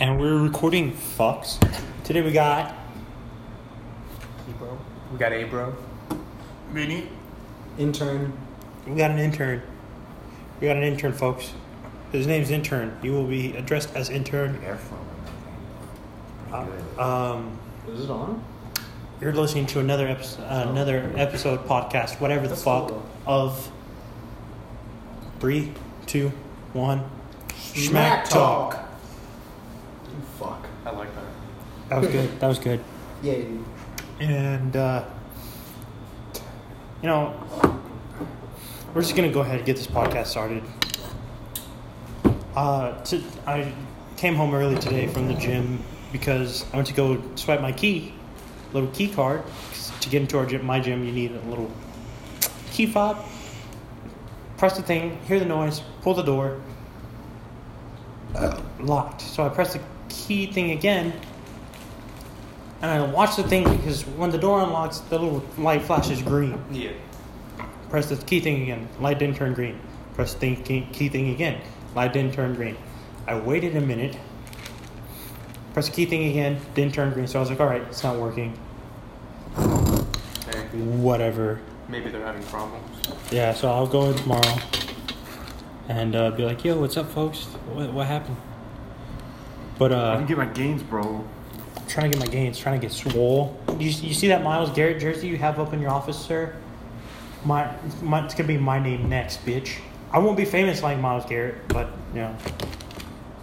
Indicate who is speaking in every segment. Speaker 1: we're recording fucks. Today we got
Speaker 2: Ebro.
Speaker 3: We got Abro.
Speaker 2: Vinny.
Speaker 3: Intern.
Speaker 1: we got an intern. We got an intern, folks. His name's intern. He will be addressed as intern. Uh, Um,
Speaker 3: Is it on? Oh.
Speaker 1: you're listening to another episode, uh, another episode podcast, whatever the
Speaker 3: That's
Speaker 1: fuck,
Speaker 3: cool,
Speaker 1: of three, two, one,
Speaker 3: Smack talk. Fuck.
Speaker 2: I like that.
Speaker 1: That was good. That was good.
Speaker 3: Yeah, dude.
Speaker 1: And, uh, you know, we're just going to go ahead and get this podcast started. Uh, to, I came home early today from the gym because I went to go swipe my key, little key card. 'Cause To get into our gym, my gym, you need a little key fob. Press the thing, hear the noise, pull the door. Uh, Locked. So I press the key thing again, and I watch the thing because when the door unlocks, the little light flashes green.
Speaker 2: Yeah.
Speaker 1: Press the key thing again. Light didn't turn green. Press the thing, key, key thing again. Light didn't turn green. I waited a minute. Press the key thing again. Didn't turn green. So I was like, all right, it's not working.
Speaker 2: Hey,
Speaker 1: Whatever.
Speaker 2: maybe they're having problems.
Speaker 1: Yeah, so I'll go in tomorrow and uh, be like, yo, what's up, folks? What, what happened? But
Speaker 4: I
Speaker 1: uh,
Speaker 4: can get my gains, bro.
Speaker 1: I'm trying to get my gains, trying to get swole. You, you see that Miles Garrett jersey you have up in your office, sir? My, my it's gonna be my name next, bitch. I won't be famous like Miles Garrett, but you know,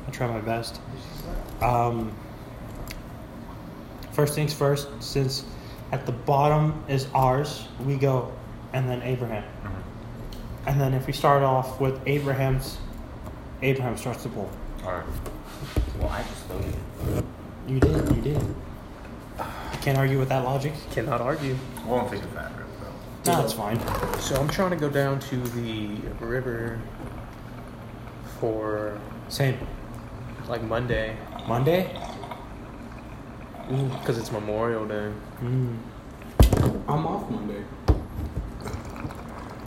Speaker 1: I try my best. Um, first things first, since at the bottom is ours, we go, and then Abraham, and then if we start off with Abraham's, Abraham starts the ball.
Speaker 4: Alright.
Speaker 3: Well, I just voted.
Speaker 1: You did, you did. I can't argue with that logic.
Speaker 3: Cannot argue.
Speaker 4: I won't think of that really though.
Speaker 1: No, that's fine.
Speaker 3: So I'm trying to go down to the river for
Speaker 1: Same.
Speaker 3: like Monday
Speaker 1: Monday?
Speaker 3: because it's Memorial Day.
Speaker 1: Mm.
Speaker 5: I'm off Monday.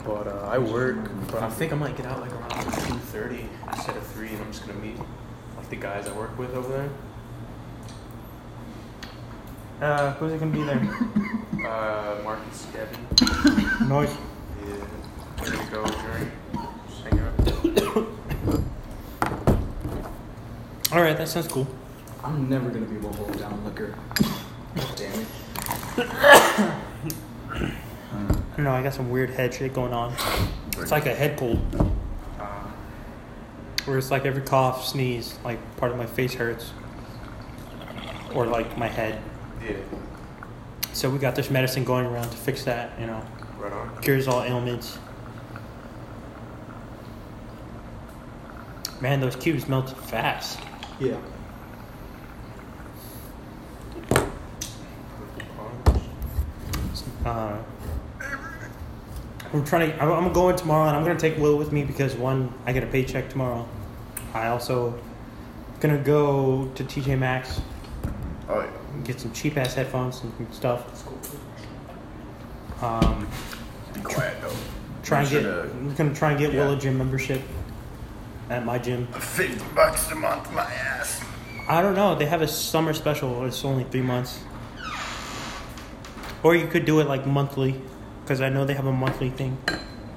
Speaker 3: But uh, I work. But I think I might get out like around two thirty instead of three, and I'm just gonna meet like the guys I work with over
Speaker 1: Uh, who's it gonna be there?
Speaker 3: there. Uh, Marcus, Devin.
Speaker 1: Noise.
Speaker 3: Yeah. We're gonna go drink, just hang out.
Speaker 1: Alright, that sounds cool.
Speaker 5: I'm never gonna be able to hold down liquor. Damn it.
Speaker 1: I don't know, I got some weird head shit going on. It's like a head cold. Where it's like every cough, sneeze, like part of my face hurts. Or like my head.
Speaker 3: Yeah.
Speaker 1: So we got this medicine going around to fix that, you know.
Speaker 3: Right on.
Speaker 1: cures all ailments. Man, those cubes melted fast.
Speaker 5: Yeah.
Speaker 1: Uh, I'm trying to. I'm, I'm going tomorrow, and I'm gonna take Will with me because one, I get a paycheck tomorrow. I also gonna go to TJ Maxx
Speaker 4: Oh yeah.
Speaker 1: and get some cheap ass headphones and stuff. Um,
Speaker 4: Be quiet though.
Speaker 1: try and
Speaker 4: Make
Speaker 1: get.
Speaker 4: sure
Speaker 1: I'm gonna try and get Will a
Speaker 4: Yeah.
Speaker 1: gym membership at my gym.
Speaker 4: to- fifty bucks a month my ass.
Speaker 1: I don't know. They have a summer special. It's only three months. Or you could do it like monthly, because I know they have a monthly thing.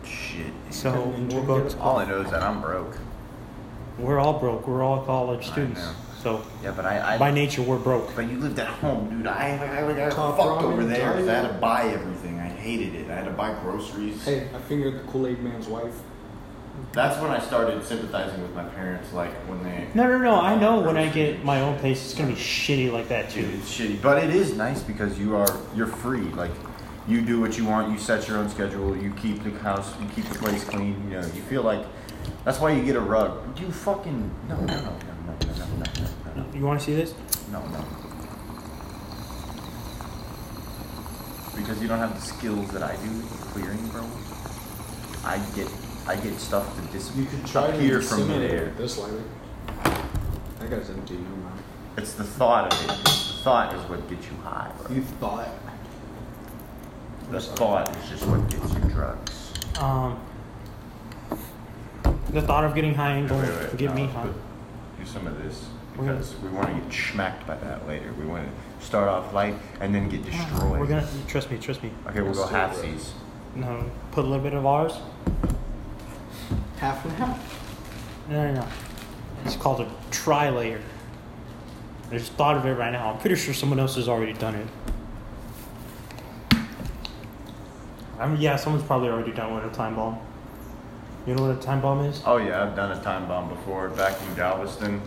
Speaker 4: Shit.
Speaker 1: So
Speaker 5: Couldn't
Speaker 1: we'll
Speaker 5: enjoy
Speaker 1: go.
Speaker 5: it.
Speaker 4: All I know is that I'm broke.
Speaker 1: We're all broke. We're all college students.
Speaker 4: know.
Speaker 1: So
Speaker 4: Yeah, but I, I
Speaker 1: by nature, we're broke.
Speaker 4: but you lived at home, dude. I I, I, I
Speaker 5: Top ramen
Speaker 4: fucked over there 'cause I had to
Speaker 5: diet.
Speaker 4: buy everything. I hated it. I had to buy groceries.
Speaker 5: Hey, I fingered the Kool Aid man's wife.
Speaker 4: That's when I started sympathizing with my parents, like when they
Speaker 1: No, no, no. I know when I get my own place, it's gonna be shitty like that
Speaker 4: Dude,
Speaker 1: too.
Speaker 4: it's shitty, but it is nice because you are you're free. Like you do what you want. You set your own schedule. You keep the house. You keep the place clean. You know. You feel like that's why you get a rug. You fucking no no no no no no no no
Speaker 1: You want to see this?
Speaker 4: no no no. Because you don't have the skills that I do in clearing, bro. I get I get stuff to
Speaker 5: You
Speaker 4: disappear
Speaker 5: could try to
Speaker 4: here from
Speaker 5: inseminate
Speaker 4: there.
Speaker 5: with this lighter. That guy's empty. Never mind.
Speaker 4: It's the thought of it. The thought is what gets you high, bro.
Speaker 5: You thought?
Speaker 4: The thought is just what gets you drugs.
Speaker 1: Um, the thought of getting high and going
Speaker 4: Wait, wait,
Speaker 1: get
Speaker 4: no,
Speaker 1: me
Speaker 4: but
Speaker 1: high.
Speaker 4: You through some of this
Speaker 1: We're gonna-
Speaker 4: because we want to get smacked by that later. We want to start off light and then get destroyed.
Speaker 1: We're gonna trust me, trust me.
Speaker 4: okay, we'll go
Speaker 3: Let's do it, bro.
Speaker 4: halfsies.
Speaker 1: No, put a little bit of ours.
Speaker 5: Half and half.
Speaker 1: No, no, no. It's called a tri-layer. I just thought of it right now. I'm pretty sure someone else has already done it. I mean, yeah, someone's probably already done one a time bomb. You know what a time bomb is?
Speaker 4: Oh yeah, I've done a time bomb before back in Galveston.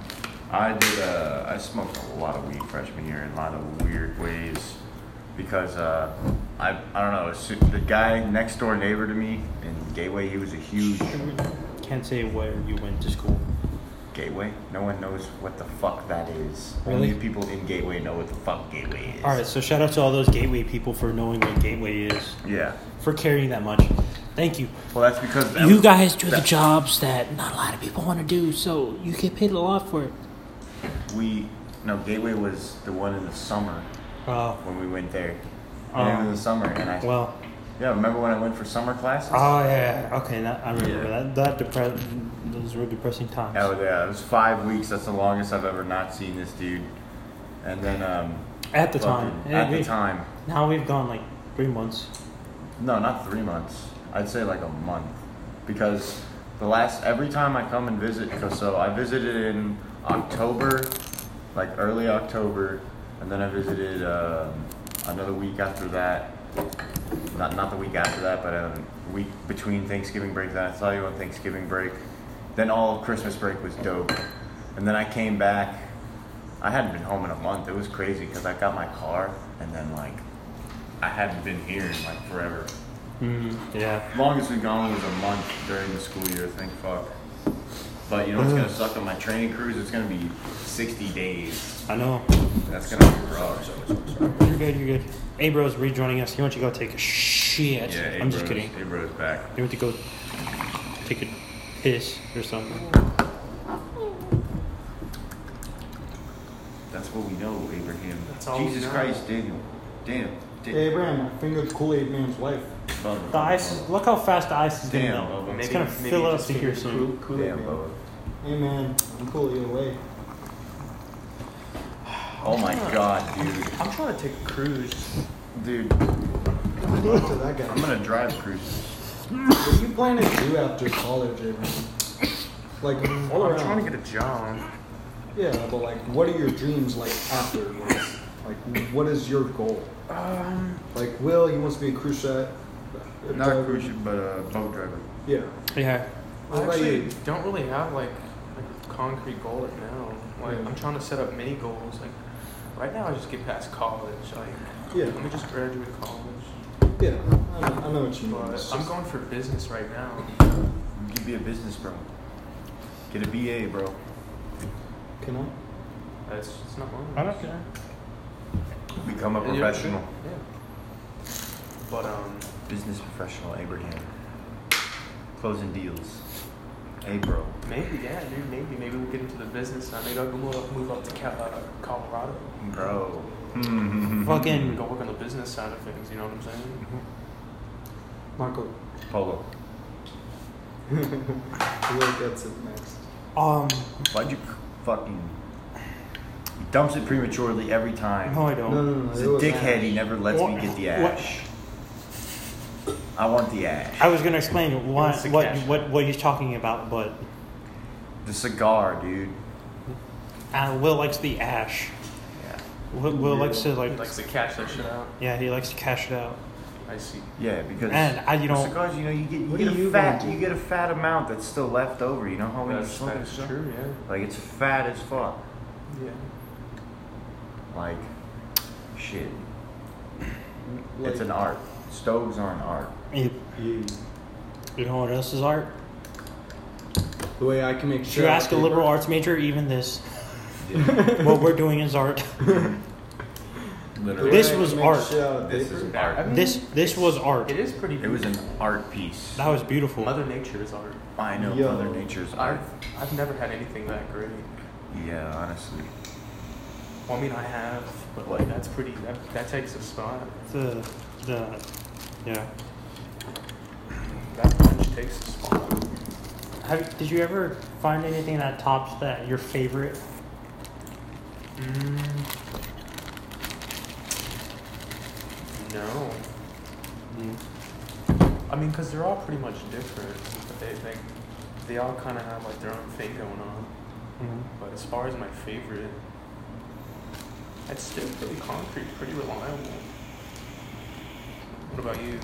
Speaker 4: I did uh, I smoked a lot of weed freshman year in a lot of weird ways because uh, I I don't know so the guy next door neighbor to me in Gateway he was a huge
Speaker 1: Can't say where you went to school.
Speaker 4: Gateway. No one knows what the fuck that is.
Speaker 1: Really?
Speaker 4: Only people in Gateway know what the fuck Gateway is.
Speaker 1: All right, so shout out to all those Gateway people for knowing what Gateway is,
Speaker 4: Yeah.
Speaker 1: for carrying that much. Thank you.
Speaker 4: Well, that's because that
Speaker 1: you
Speaker 4: was-
Speaker 1: guys do the
Speaker 4: that-
Speaker 1: jobs that not a lot of people want to do, so you get paid a lot for it.
Speaker 4: We no Gateway was the one in the summer
Speaker 1: Oh,
Speaker 4: when we went there.
Speaker 1: Oh.
Speaker 4: And in the summer, and I
Speaker 1: well.
Speaker 4: yeah. Remember when I went for summer classes?
Speaker 1: Oh yeah. Okay, that, I remember
Speaker 4: Yeah.
Speaker 1: that. That depress. Those were depressing times.
Speaker 4: Oh yeah, it was five weeks. That's the longest I've ever not seen this dude. And then um,
Speaker 1: at the time.
Speaker 4: fucking-
Speaker 1: Yeah,
Speaker 4: at the
Speaker 1: we-
Speaker 4: time,
Speaker 1: Now we've gone like three months.
Speaker 4: no, not three months. I'd say like a month, because the last every time I come and visit, 'cause so I visited in October, like early October, and then I visited um, another week after that. Not not the week after that, but um, week between Thanksgiving break. Then I saw you on Thanksgiving break. Then all of Christmas break was dope, and then I came back. I hadn't been home in a month. It was crazy because I got my car, and then like I hadn't been here in like forever.
Speaker 1: Mm-hmm. Yeah.
Speaker 4: Longest we've gone was a month during the school year. Thank fuck. But you know what's gonna suck on my training cruise? It's gonna be 60 days.
Speaker 1: I know.
Speaker 4: That's gonna be rough.
Speaker 1: You're good. You're good. Abro's rejoining us. He went to go take a shit.
Speaker 4: Yeah,
Speaker 1: I'm just kidding.
Speaker 4: Abro's back.
Speaker 1: He went to go take a piss or something.
Speaker 4: That's what we know, Abraham.
Speaker 2: That's all we
Speaker 4: Jesus
Speaker 2: know.
Speaker 4: Christ, Daniel. Damn. Da-
Speaker 5: Hey, Abraham, I fingered Kool-Aid Man's wife.
Speaker 4: Bubba.
Speaker 1: The ice. Is, look how fast the ice is
Speaker 4: Damn,
Speaker 1: gonna melt.
Speaker 4: Bubba.
Speaker 1: It's
Speaker 4: Maybe-
Speaker 1: gonna
Speaker 3: maybe
Speaker 1: fill
Speaker 3: it
Speaker 1: up
Speaker 3: just
Speaker 1: to here soon.
Speaker 5: Kool- Kool-Aid
Speaker 4: Damn,
Speaker 5: Man.
Speaker 4: Bubba.
Speaker 5: Hey, man, I'm Kool-Aid away.
Speaker 4: Oh my god, dude.
Speaker 3: I'm trying to take a cruise.
Speaker 5: Mm-hmm.
Speaker 4: Dude, I'm
Speaker 5: I'm going to that guy.
Speaker 4: gonna drive cruises.
Speaker 5: What you planning to do after college, Abraham? Like,
Speaker 3: Well, I'm trying to get a job.
Speaker 5: Yeah, but like, what are your dreams like afterwards? Like, what is your goal?
Speaker 3: Um,
Speaker 5: Like, Will, he wants to be a cruise ship.
Speaker 4: Not a cruise ship, but a boat driver.
Speaker 5: Yeah.
Speaker 1: Yeah.
Speaker 5: What
Speaker 3: I
Speaker 5: about
Speaker 3: actually
Speaker 5: you?
Speaker 3: don't really have like a concrete goal right now. Like
Speaker 5: Yeah.
Speaker 3: I'm trying to set up mini goals. Like right now, I just get past college. Like
Speaker 5: Yeah.
Speaker 3: let me just graduate college.
Speaker 5: Yeah. I know, I know what you mean.
Speaker 3: But
Speaker 5: It's
Speaker 3: I'm
Speaker 5: just-
Speaker 3: going for business right now.
Speaker 4: You could be a business bro. Get a BA, bro.
Speaker 5: Can I?
Speaker 3: That's it's not mine.
Speaker 1: I don't care.
Speaker 4: Become a
Speaker 3: And you-
Speaker 4: professional.
Speaker 3: Yeah. But um,
Speaker 4: Business professional Abraham. Closing deals. Hey, bro.
Speaker 3: maybe yeah, dude. Maybe maybe we'll get into the business. Now. Maybe I'll go move up, move up to Cal- uh, Colorado.
Speaker 4: Bro.
Speaker 1: Fucking
Speaker 3: Go work on the business side of things. You know what I'm saying?
Speaker 5: Marco.
Speaker 4: Polo.
Speaker 5: Will gets it next.
Speaker 1: um.
Speaker 4: Why'd you fucking. He dumps it prematurely every time.
Speaker 1: No, I don't.
Speaker 5: No, no, no.
Speaker 4: He's a
Speaker 5: it was-
Speaker 4: dickhead. He never lets me
Speaker 1: What-
Speaker 4: get the
Speaker 1: what-
Speaker 4: ash. I want the ash.
Speaker 1: I was gonna explain why,
Speaker 3: It's a
Speaker 1: what
Speaker 3: cash.
Speaker 1: what what he's talking about, but
Speaker 4: The cigar, dude.
Speaker 1: uh, Will likes the ash.
Speaker 3: Yeah.
Speaker 1: Will, Will
Speaker 5: Yeah.
Speaker 1: likes to like.
Speaker 3: He likes to cash that shit out.
Speaker 1: Yeah, he likes to cash it out.
Speaker 3: I see.
Speaker 4: Yeah, because.
Speaker 1: And I, you
Speaker 4: the
Speaker 1: know,
Speaker 4: cigars, you know, you get, you
Speaker 5: What
Speaker 4: get
Speaker 5: are
Speaker 4: a
Speaker 5: you
Speaker 4: fat,
Speaker 5: gonna do?
Speaker 4: you get a fat amount that's still left over. You know how when you
Speaker 3: That's,
Speaker 4: smoke a
Speaker 3: that's
Speaker 4: cigar?
Speaker 3: true. Yeah.
Speaker 4: Like it's fat as fuck.
Speaker 3: Yeah.
Speaker 4: Like, shit.
Speaker 5: Like,
Speaker 4: it's an art. Stoves are an art.
Speaker 1: you,
Speaker 5: you-
Speaker 1: you know what else is art?
Speaker 5: The way I can make
Speaker 1: If
Speaker 5: sure.
Speaker 1: you
Speaker 5: I
Speaker 1: ask a
Speaker 5: keep-
Speaker 1: liberal arts major, even this,
Speaker 4: Yeah,
Speaker 1: what we're doing is art.
Speaker 5: the way
Speaker 4: Literally.
Speaker 1: This
Speaker 5: I can
Speaker 1: was
Speaker 5: make
Speaker 1: art.
Speaker 5: shit out of
Speaker 4: This
Speaker 5: paper.
Speaker 4: is
Speaker 3: I
Speaker 4: art.
Speaker 3: mean,
Speaker 1: This this was art.
Speaker 3: It is pretty.
Speaker 4: It was an art piece.
Speaker 1: That was beautiful.
Speaker 3: Mother Nature is art.
Speaker 4: I know
Speaker 5: Yo.
Speaker 4: Mother Nature's art.
Speaker 3: I've I've never had anything that great.
Speaker 4: Yeah, honestly.
Speaker 3: Well, I mean, I have, but like that's pretty. That that takes a spot.
Speaker 1: The the yeah.
Speaker 3: That punch takes a spot.
Speaker 1: have, did you ever find anything that tops that your favorite?
Speaker 3: No. I mean, because they're all pretty much different, but they like they all kind of have like their own thing going on. But as far as my favorite, it's still pretty concrete, pretty reliable. What about you?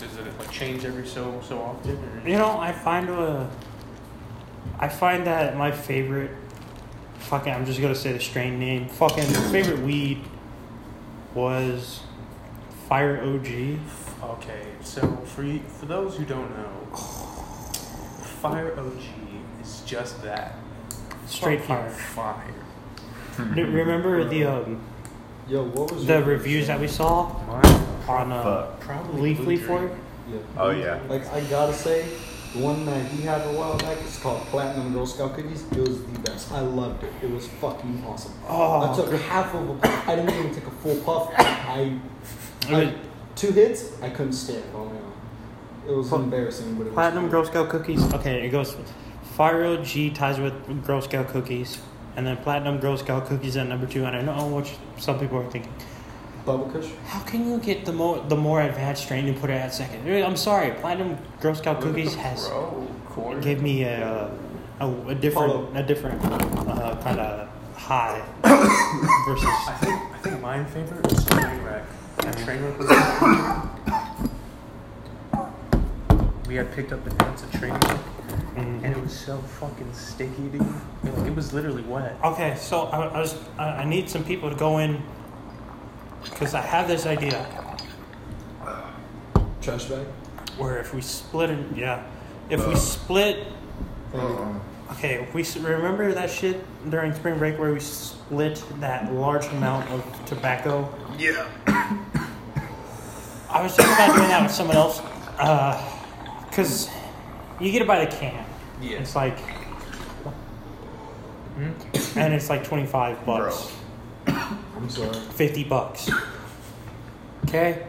Speaker 3: Does it like change every so so often? Or?
Speaker 1: You know, I find uh, I find that my favorite, fucking, I'm just gonna say the strain name. Fucking favorite weed was Fire OG.
Speaker 3: Okay, so for you, for those who don't know, Fire OG is just that.
Speaker 1: Straight
Speaker 3: Fucking
Speaker 1: fire.
Speaker 3: Fire.
Speaker 1: Re- Remember the um,
Speaker 5: Yo, what was
Speaker 1: the
Speaker 5: your
Speaker 1: reviews that we saw
Speaker 3: Mine
Speaker 1: on uh,
Speaker 4: Fuck.
Speaker 3: probably
Speaker 1: Leafly
Speaker 3: Blue
Speaker 1: for
Speaker 3: Dream.
Speaker 1: it?
Speaker 5: Yeah.
Speaker 4: Oh, yeah.
Speaker 5: Like I gotta say, the one that he had a while back is called Platinum Girl Scout Cookies. It was the best. I loved it. It was fucking awesome.
Speaker 1: Oh,
Speaker 5: I took half of a puff. I didn't even take a full puff. I,
Speaker 1: Okay.
Speaker 5: I two hits. I couldn't stand it on my own. It was embarrassing, but it was
Speaker 1: Platinum
Speaker 5: cool.
Speaker 1: Girl Scout cookies. Okay, it goes Fire OG ties with Girl Scout cookies, and then Platinum Girl Scout cookies at number two. And I know what you- some people are thinking.
Speaker 5: Bubble Kush.
Speaker 1: How can you get the more the more advanced strain and put it at second? Really, I'm sorry, Platinum Girl Scout
Speaker 3: Look at
Speaker 1: cookies
Speaker 3: the
Speaker 1: has
Speaker 3: pro core.
Speaker 1: gave me a a, a different
Speaker 5: Follow.
Speaker 1: a different uh, kind of high
Speaker 3: I
Speaker 1: versus.
Speaker 3: think I think my favorite is Trainwreck. That Trainwreck was. we had picked up an ounce of Trainwreck, and it was so fucking sticky, dude. Like, it was literally wet.
Speaker 1: Okay, so I, I was I, I need some people to go in because I have this idea.
Speaker 5: Trash bag.
Speaker 1: where if we split it, yeah, if we split,
Speaker 5: Thank you.
Speaker 1: okay, if we s- remember that shit during spring break where we split that large amount of tobacco.
Speaker 4: Yeah.
Speaker 1: I was just about doing that with someone else, because you get it by the can.
Speaker 3: Yeah.
Speaker 1: It's like, and it's like twenty five bucks,
Speaker 5: I'm sorry.
Speaker 1: fifty bucks. Okay.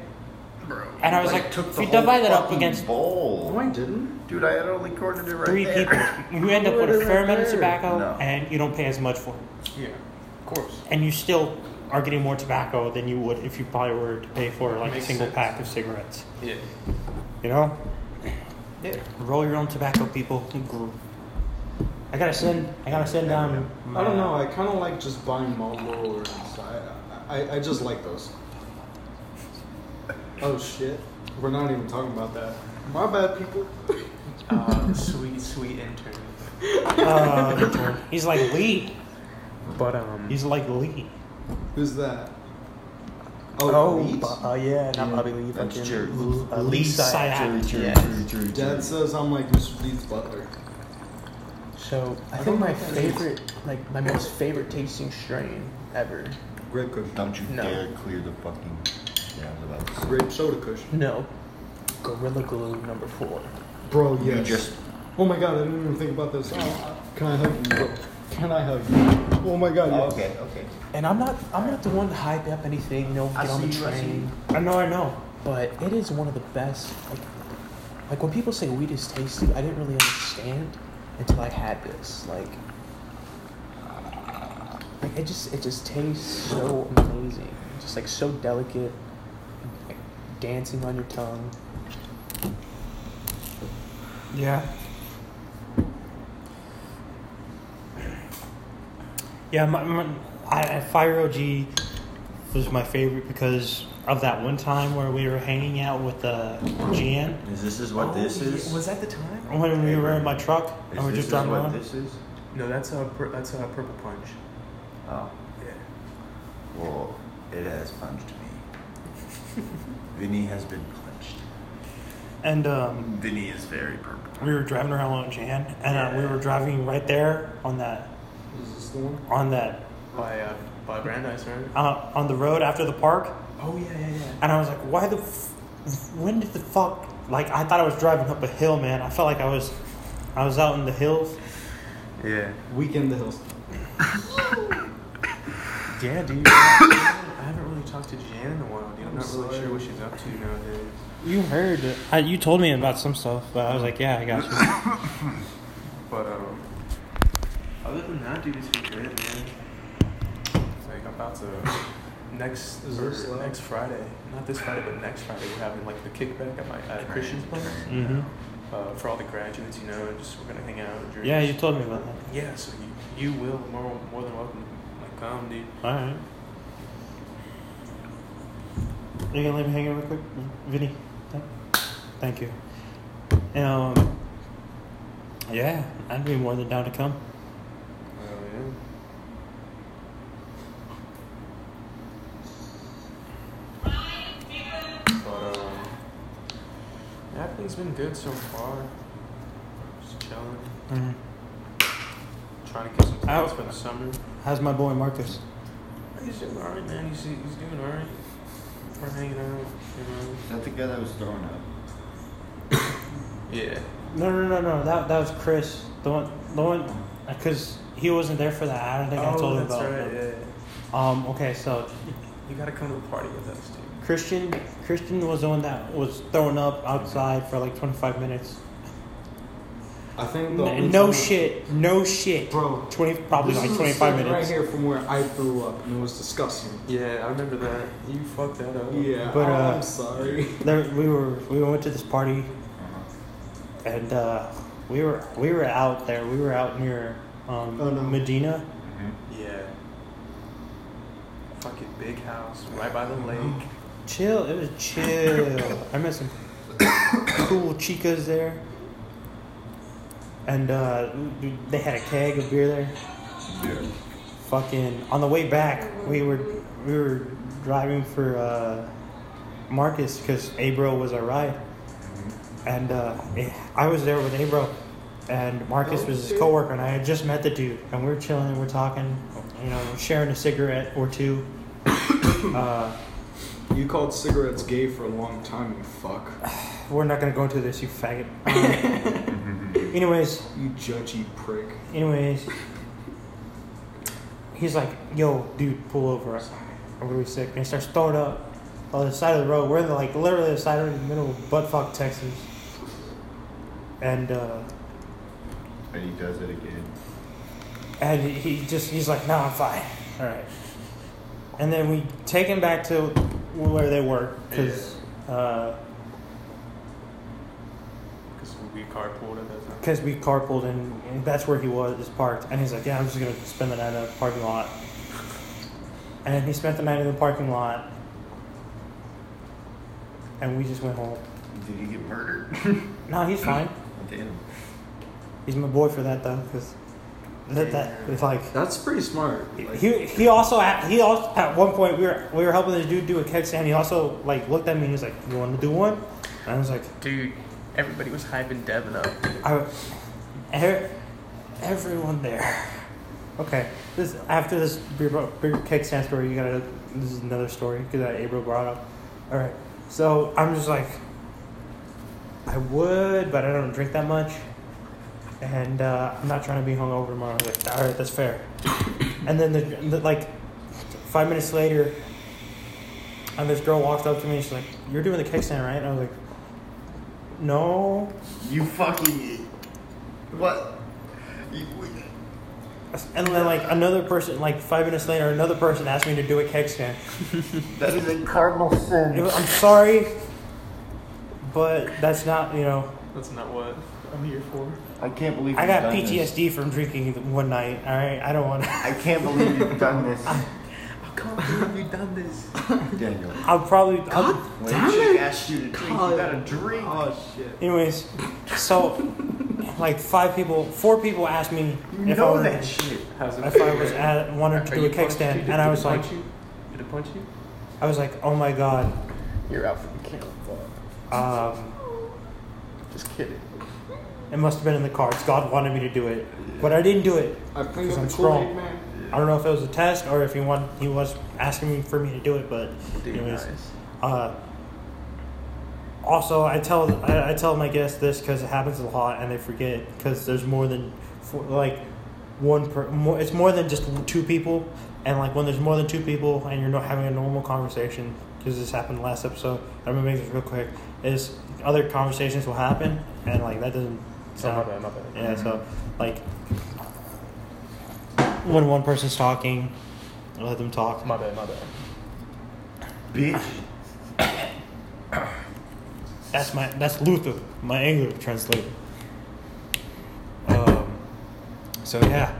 Speaker 4: Bro.
Speaker 1: And I was like, if you divide that up against
Speaker 4: bowl.
Speaker 5: No, I didn't.
Speaker 4: Dude, I had only quartered it right
Speaker 1: Three
Speaker 4: there.
Speaker 1: people. You end up with a fair amount of tobacco,
Speaker 4: No.
Speaker 1: and you don't pay as much for it.
Speaker 3: Yeah, of course.
Speaker 1: and you still are getting more tobacco than you would if you probably were to pay for like
Speaker 3: Makes
Speaker 1: a single
Speaker 3: sense.
Speaker 1: pack of cigarettes.
Speaker 3: Yeah.
Speaker 1: You know,
Speaker 3: Yeah.
Speaker 1: roll your own tobacco, people. I gotta send. I gotta send um, uh, down.
Speaker 5: I don't know. I kind of like just buying Marlboro. I, I I just like those. Oh shit! We're not even talking about that. My bad, people.
Speaker 3: Uh, sweet, sweet intern.
Speaker 1: Uh, he's like Lee.
Speaker 3: But um.
Speaker 1: He's like Lee.
Speaker 5: Who's that? Oh, Leeds?
Speaker 3: bu- uh, yeah, not
Speaker 5: Yeah.
Speaker 3: Bobby Lee.
Speaker 4: That's
Speaker 3: fucking
Speaker 4: Jerry.
Speaker 3: L- uh,
Speaker 1: Lee
Speaker 3: Lee Sy-
Speaker 1: Syatt.
Speaker 4: True, true,
Speaker 3: Yeah.
Speaker 4: true, true, true.
Speaker 5: Dad says I'm like Mr. Leeds Butler.
Speaker 3: So I
Speaker 5: I
Speaker 3: think
Speaker 5: don't
Speaker 3: my
Speaker 5: think that is-
Speaker 3: favorite, like my most favorite tasting strain ever.
Speaker 5: Grape Kush.
Speaker 4: Don't you
Speaker 3: No.
Speaker 4: dare clear the fucking. Yeah, I was about to say.
Speaker 5: Grape Soda Kush.
Speaker 3: No, Gorilla Glue number four.
Speaker 5: Bro,
Speaker 4: You
Speaker 5: yes.
Speaker 4: just
Speaker 5: Oh my god, I didn't even think about this. Oh, can I hug you? bro? Can I hug you? Oh my god. yes.
Speaker 4: okay, okay.
Speaker 3: And I'm not I'm not the one to hype up anything, you know, get
Speaker 4: I
Speaker 3: on the
Speaker 4: see you, I see
Speaker 3: train.
Speaker 1: I know. I know.
Speaker 3: But it is one of the best like, like when people say weed is tasty, I didn't really understand until I had this. Like like it just it just tastes so amazing. Just like so delicate. Like, dancing on your tongue.
Speaker 1: Yeah. Yeah, my, my I, I- Fire OG was my favorite because of that one time where we were hanging out with uh, Jan
Speaker 4: Is this is
Speaker 1: Oh,
Speaker 4: what this is?
Speaker 3: Oh, was that the time?
Speaker 1: when we were in my truck
Speaker 4: Is
Speaker 1: and we're
Speaker 4: this
Speaker 1: just
Speaker 4: is
Speaker 1: driving
Speaker 4: what
Speaker 1: around.
Speaker 4: this is?
Speaker 3: No, that's a that's a purple punch.
Speaker 4: Oh,
Speaker 3: Yeah.
Speaker 4: well, it has punched me. Vinny has been punched.
Speaker 1: And um,
Speaker 4: Vinny is very purple.
Speaker 1: we were driving around with Jan, and uh, we were driving right there on that
Speaker 5: Is this the one?
Speaker 1: on that
Speaker 3: By uh, by Brandeis, right?
Speaker 1: uh, on the road after the park.
Speaker 3: Oh yeah, yeah, yeah.
Speaker 1: And I was like, why the, f- when did the fuck? Like, I thought I was driving up a hill, man. I felt like I was, I was out in the hills.
Speaker 3: Yeah.
Speaker 5: Weekend the Hills.
Speaker 3: Yeah, dude. I haven't really talked to Jan in a while, dude. I'm not really sure what she's up to nowadays.
Speaker 1: Mm-hmm. You heard, I, you told me about some stuff, but I was like, yeah, I got you.
Speaker 3: um, Other than that, dude, it's been good, man. Like I'm about to next
Speaker 5: Is this
Speaker 3: or
Speaker 5: loud?
Speaker 3: next Friday, not this Friday, but next Friday, we're having like the kickback at my at Christian's place
Speaker 1: Mm-hmm.
Speaker 3: uh, for all the graduates, you know, and just we're gonna hang out. And drink.
Speaker 1: Yeah, you told me about that.
Speaker 3: Yeah, so you, you will more more than welcome to like, come, dude.
Speaker 1: All right. You gonna let me hang out real quick, Mm-hmm. Vinny? Th- Thank you. Um, yeah, I'd be more than down to come.
Speaker 3: Oh yeah. But um, everything's been good so far. Just chilling,
Speaker 1: Mm.
Speaker 3: trying to get some plans
Speaker 1: Out.
Speaker 3: for the summer.
Speaker 1: How's my boy Marcus?
Speaker 3: He's doing alright, man. He's he's doing alright. We're hanging out, you
Speaker 4: Is that the guy that was throwing up?
Speaker 3: know. Yeah.
Speaker 1: No, no, no, no. That that was Chris. The one, the one, because he wasn't there for that. I don't think
Speaker 5: Oh,
Speaker 1: I told him
Speaker 3: Oh, that's
Speaker 1: about.
Speaker 3: right.
Speaker 1: it.
Speaker 3: Yeah, yeah.
Speaker 1: Um. Okay. So
Speaker 3: You gotta come to the party with us, dude.
Speaker 1: Christian, Christian was the one that was thrown up outside for like 25 minutes.
Speaker 5: I think the
Speaker 1: No,
Speaker 5: only
Speaker 1: no
Speaker 5: time-
Speaker 1: shit. No shit.
Speaker 5: Bro,
Speaker 1: 20, probably
Speaker 5: this
Speaker 1: like
Speaker 5: is
Speaker 1: 25
Speaker 5: right
Speaker 1: minutes.
Speaker 5: here from where I threw up, and it was disgusting.
Speaker 3: Yeah, I remember that. You fucked that up.
Speaker 5: Yeah,
Speaker 1: But,
Speaker 5: oh,
Speaker 1: uh,
Speaker 5: I'm sorry.
Speaker 1: There, we were we went to this party
Speaker 4: Uh-huh.
Speaker 1: and uh, we were we were out there. We were out near um,
Speaker 5: Oh, no.
Speaker 1: Medina.
Speaker 4: Mm-hmm.
Speaker 3: Yeah. Fucking big house right by the lake.
Speaker 1: Chill. It was chill. I met some cool chicas there. And uh, they had a keg of beer there.
Speaker 4: Yeah.
Speaker 1: fucking on the way back we were we were driving for uh, Marcus because Abro was our ride, and uh, eh, I was there with Abro, and Marcus
Speaker 5: Oh,
Speaker 1: was his
Speaker 5: shit.
Speaker 1: coworker, and I had just met the dude, and we were chilling, and we are talking, you know, sharing a cigarette or two. uh,
Speaker 5: You called cigarettes gay for a long time, you fuck.
Speaker 1: we're not gonna go into this, you faggot. Um, anyways,
Speaker 5: You judgy prick.
Speaker 1: Anyways, he's like, "Yo, dude, pull over. I'm really sick." And he starts throwing up on the side of the road. We're in the, like literally the side of the middle of buttfuck Texas, and uh,
Speaker 4: And he does it again.
Speaker 1: and he he just he's like, "No, I'm fine. All right." And then we take him back to where they were because. Uh,
Speaker 3: Because we carpooled at that time.
Speaker 1: Because we carpooled and, and that's where he was, is parked. And he's like, yeah, I'm just going to spend the night in the parking lot. And he spent the night in the parking lot. And we just went home.
Speaker 4: Did he get murdered?
Speaker 1: No, he's fine.
Speaker 4: Damn.
Speaker 1: He's my boy for that, though, because that, that, it's like.
Speaker 5: That's pretty smart. Like,
Speaker 1: He, he also at, he also at one point we were we were helping this dude do a keg stand. He also like looked at me and he's like, "You want to do one?" And I was like,
Speaker 3: Dude, everybody was hyping Devin up.
Speaker 1: I, er, everyone there. Okay, this after this beer, bo- beer cake stand story, you gotta. This is another story because that April brought up. All right, so I'm just like, I would, but I don't drink that much, and uh, I'm not trying to be hungover tomorrow. I was like, all right, that's fair. and then the, the like, five minutes later, and this girl walked up to me. and She's like, "You're doing the cake stand, right?" And I was like, "No."
Speaker 4: You fucking. What? You,
Speaker 1: And then like another person, like five minutes later, another person asked me to do a keg stand.
Speaker 4: that is a cardinal
Speaker 1: It
Speaker 4: sin.
Speaker 1: was- I'm sorry, but that's not you know.
Speaker 3: That's not what I'm here for.
Speaker 4: I can't believe
Speaker 1: I
Speaker 4: you've
Speaker 1: got
Speaker 4: done This.
Speaker 1: PTSD from drinking one night. All right, I don't want. to.
Speaker 4: I can't believe you've done this,
Speaker 3: I can't believe you done this.
Speaker 4: Daniel.
Speaker 1: I'll probably. I'll,
Speaker 4: When she asked you to drink, you got a drink.
Speaker 5: oh shit.
Speaker 1: anyways, so like five people, four people asked me
Speaker 4: You
Speaker 1: if I
Speaker 4: know
Speaker 1: was,
Speaker 4: that shit.
Speaker 3: How's it
Speaker 1: if I was at, wanted to
Speaker 3: Are
Speaker 1: do
Speaker 3: you
Speaker 1: a keg
Speaker 3: punched?
Speaker 1: stand,
Speaker 3: Did-
Speaker 1: and I
Speaker 3: did
Speaker 1: was
Speaker 3: it
Speaker 1: like,
Speaker 3: punch you? Did it punch you?
Speaker 1: I was like, oh my god.
Speaker 3: You're out for the count.
Speaker 1: Um,
Speaker 3: Just kidding.
Speaker 1: it must have been in the cards. God wanted me to do it, but I didn't do it.
Speaker 5: I think
Speaker 1: Because I'm
Speaker 5: I'm
Speaker 1: strong.
Speaker 5: strong, man.
Speaker 1: I don't know if it was a test or if he want, he was asking me for me to do it, but
Speaker 3: Dude,
Speaker 1: anyways.
Speaker 3: nice.
Speaker 1: Uh, also, I tell I, I tell my guests this because it happens a lot and they forget because there's more than four, like one per more, it's more than just two people and like when there's more than two people and you're not having a normal conversation because this happened last episode. I'm gonna make this real quick. Is other conversations will happen and like that doesn't
Speaker 3: So Oh, my
Speaker 1: sound
Speaker 3: bad, my bad.
Speaker 1: yeah, so like when one person's talking, I let them talk.
Speaker 3: My bad, my bad.
Speaker 4: Bitch.
Speaker 1: That's my that's Luther, my English translator. Um, so yeah,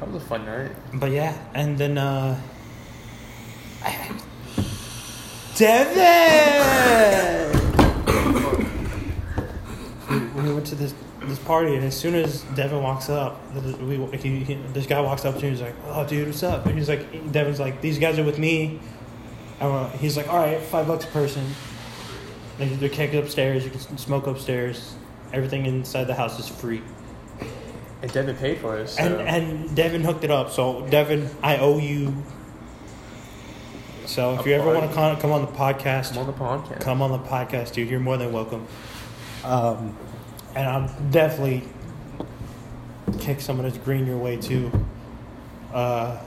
Speaker 3: That was a fun night.
Speaker 1: but yeah, and then uh, Devin. we, we went to this this party, and as soon as Devin walks up, th- we he, he, this guy walks up to him. He's like, "Oh, dude, what's up?" And he's like, "Devin's like, these guys are with me." And uh, he's like, "All right, five bucks a person." And you can get upstairs. You can s- smoke upstairs. Everything inside the house is free.
Speaker 3: And Devin paid for us. So.
Speaker 1: And and Devin hooked it up. So Devin, I owe you. So if
Speaker 3: A
Speaker 1: you ever want to
Speaker 3: party.
Speaker 1: con- come on the podcast,
Speaker 3: I'm on the podcast.
Speaker 1: come on the podcast, dude. You're more than welcome. Um, and I'm definitely kick some of this green your way too. Uh,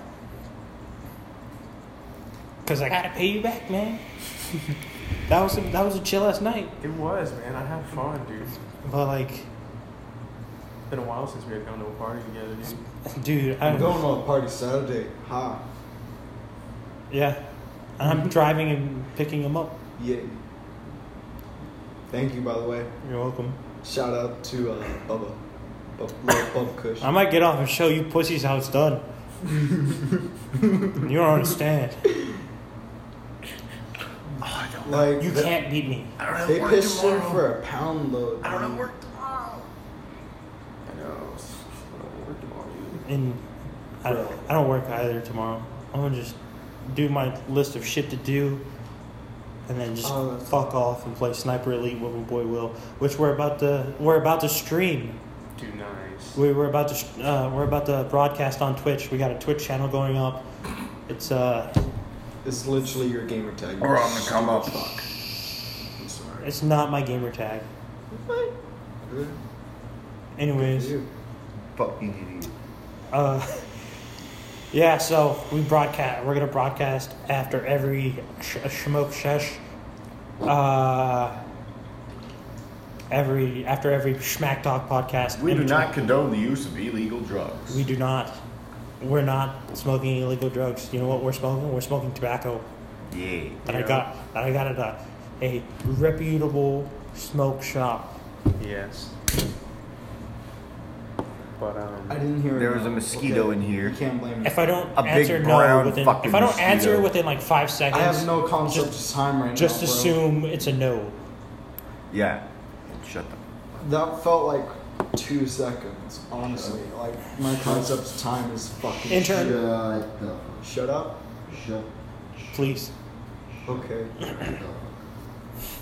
Speaker 1: Cause I gotta pay you back, man. that was a, that was a chill ass night,
Speaker 3: It was, man. I had fun, dude. It's
Speaker 1: but like,
Speaker 3: been a while since we had gone to a party together, dude.
Speaker 1: dude, I
Speaker 5: I'm going to a party Saturday. Ha.
Speaker 1: Yeah. And I'm driving and picking him up.
Speaker 5: Yeah. Thank you, by the way.
Speaker 1: You're welcome.
Speaker 5: Shout out to uh, Bubba. Bub- little Bubba Kush.
Speaker 1: I might get off and show you pussies how it's done. you don't understand.
Speaker 5: like,
Speaker 1: You
Speaker 5: they-
Speaker 1: can't beat me.
Speaker 4: I don't have
Speaker 5: They
Speaker 4: work
Speaker 5: pissed her
Speaker 4: tomorrow.
Speaker 5: for a pound load.
Speaker 4: I don't have
Speaker 5: dude.
Speaker 4: work tomorrow.
Speaker 3: I know. it's- I don't work tomorrow, dude.
Speaker 1: And I, I don't work either tomorrow. I'm gonna just do my list of shit to do and then just
Speaker 5: Oh, that's-
Speaker 1: fuck off and play Sniper Elite with my boy Will, which we're about to we're about to stream.
Speaker 3: Dude, nice.
Speaker 1: We were about to sh- uh, we're about to broadcast on Twitch. We got a Twitch channel going up. It's uh
Speaker 5: It's literally your gamer tag.
Speaker 4: Or I'm gonna come up.
Speaker 5: Fuck. I'm sorry.
Speaker 1: it's not my gamer tag.
Speaker 5: What? Good for
Speaker 1: Anyways,
Speaker 5: you.
Speaker 4: Fucking idiot.
Speaker 1: Uh, yeah, so we broadcast. We're gonna broadcast after every sh- shmoke shesh. Uh, every after every schmack talk podcast.
Speaker 4: We do
Speaker 1: And-
Speaker 4: not condone the use of illegal drugs.
Speaker 1: We do not. We're not smoking illegal drugs. You know what we're smoking? We're smoking tobacco.
Speaker 4: Yeah.
Speaker 1: That I
Speaker 3: Yeah.
Speaker 1: got. That I got at a, a reputable smoke shop.
Speaker 3: Yes. But,
Speaker 5: I
Speaker 3: um,
Speaker 5: didn't hear
Speaker 4: There
Speaker 5: it.
Speaker 4: was a mosquito in here.
Speaker 5: You can't blame me.
Speaker 1: If I don't
Speaker 4: A big
Speaker 1: answer no
Speaker 4: brown
Speaker 1: within, if I
Speaker 4: fucking
Speaker 1: don't answer
Speaker 4: mosquito.
Speaker 1: within like five seconds,
Speaker 5: I have no concept
Speaker 1: Just-
Speaker 5: of time right
Speaker 1: just
Speaker 5: now. bro.
Speaker 1: assume it's a no.
Speaker 4: Yeah. Shut the.
Speaker 5: That felt like two seconds, honestly. Like, my concept of time is fucking.
Speaker 1: Intern.
Speaker 4: Shut the.
Speaker 5: Shut up.
Speaker 4: Shut.
Speaker 1: Please.
Speaker 5: Okay.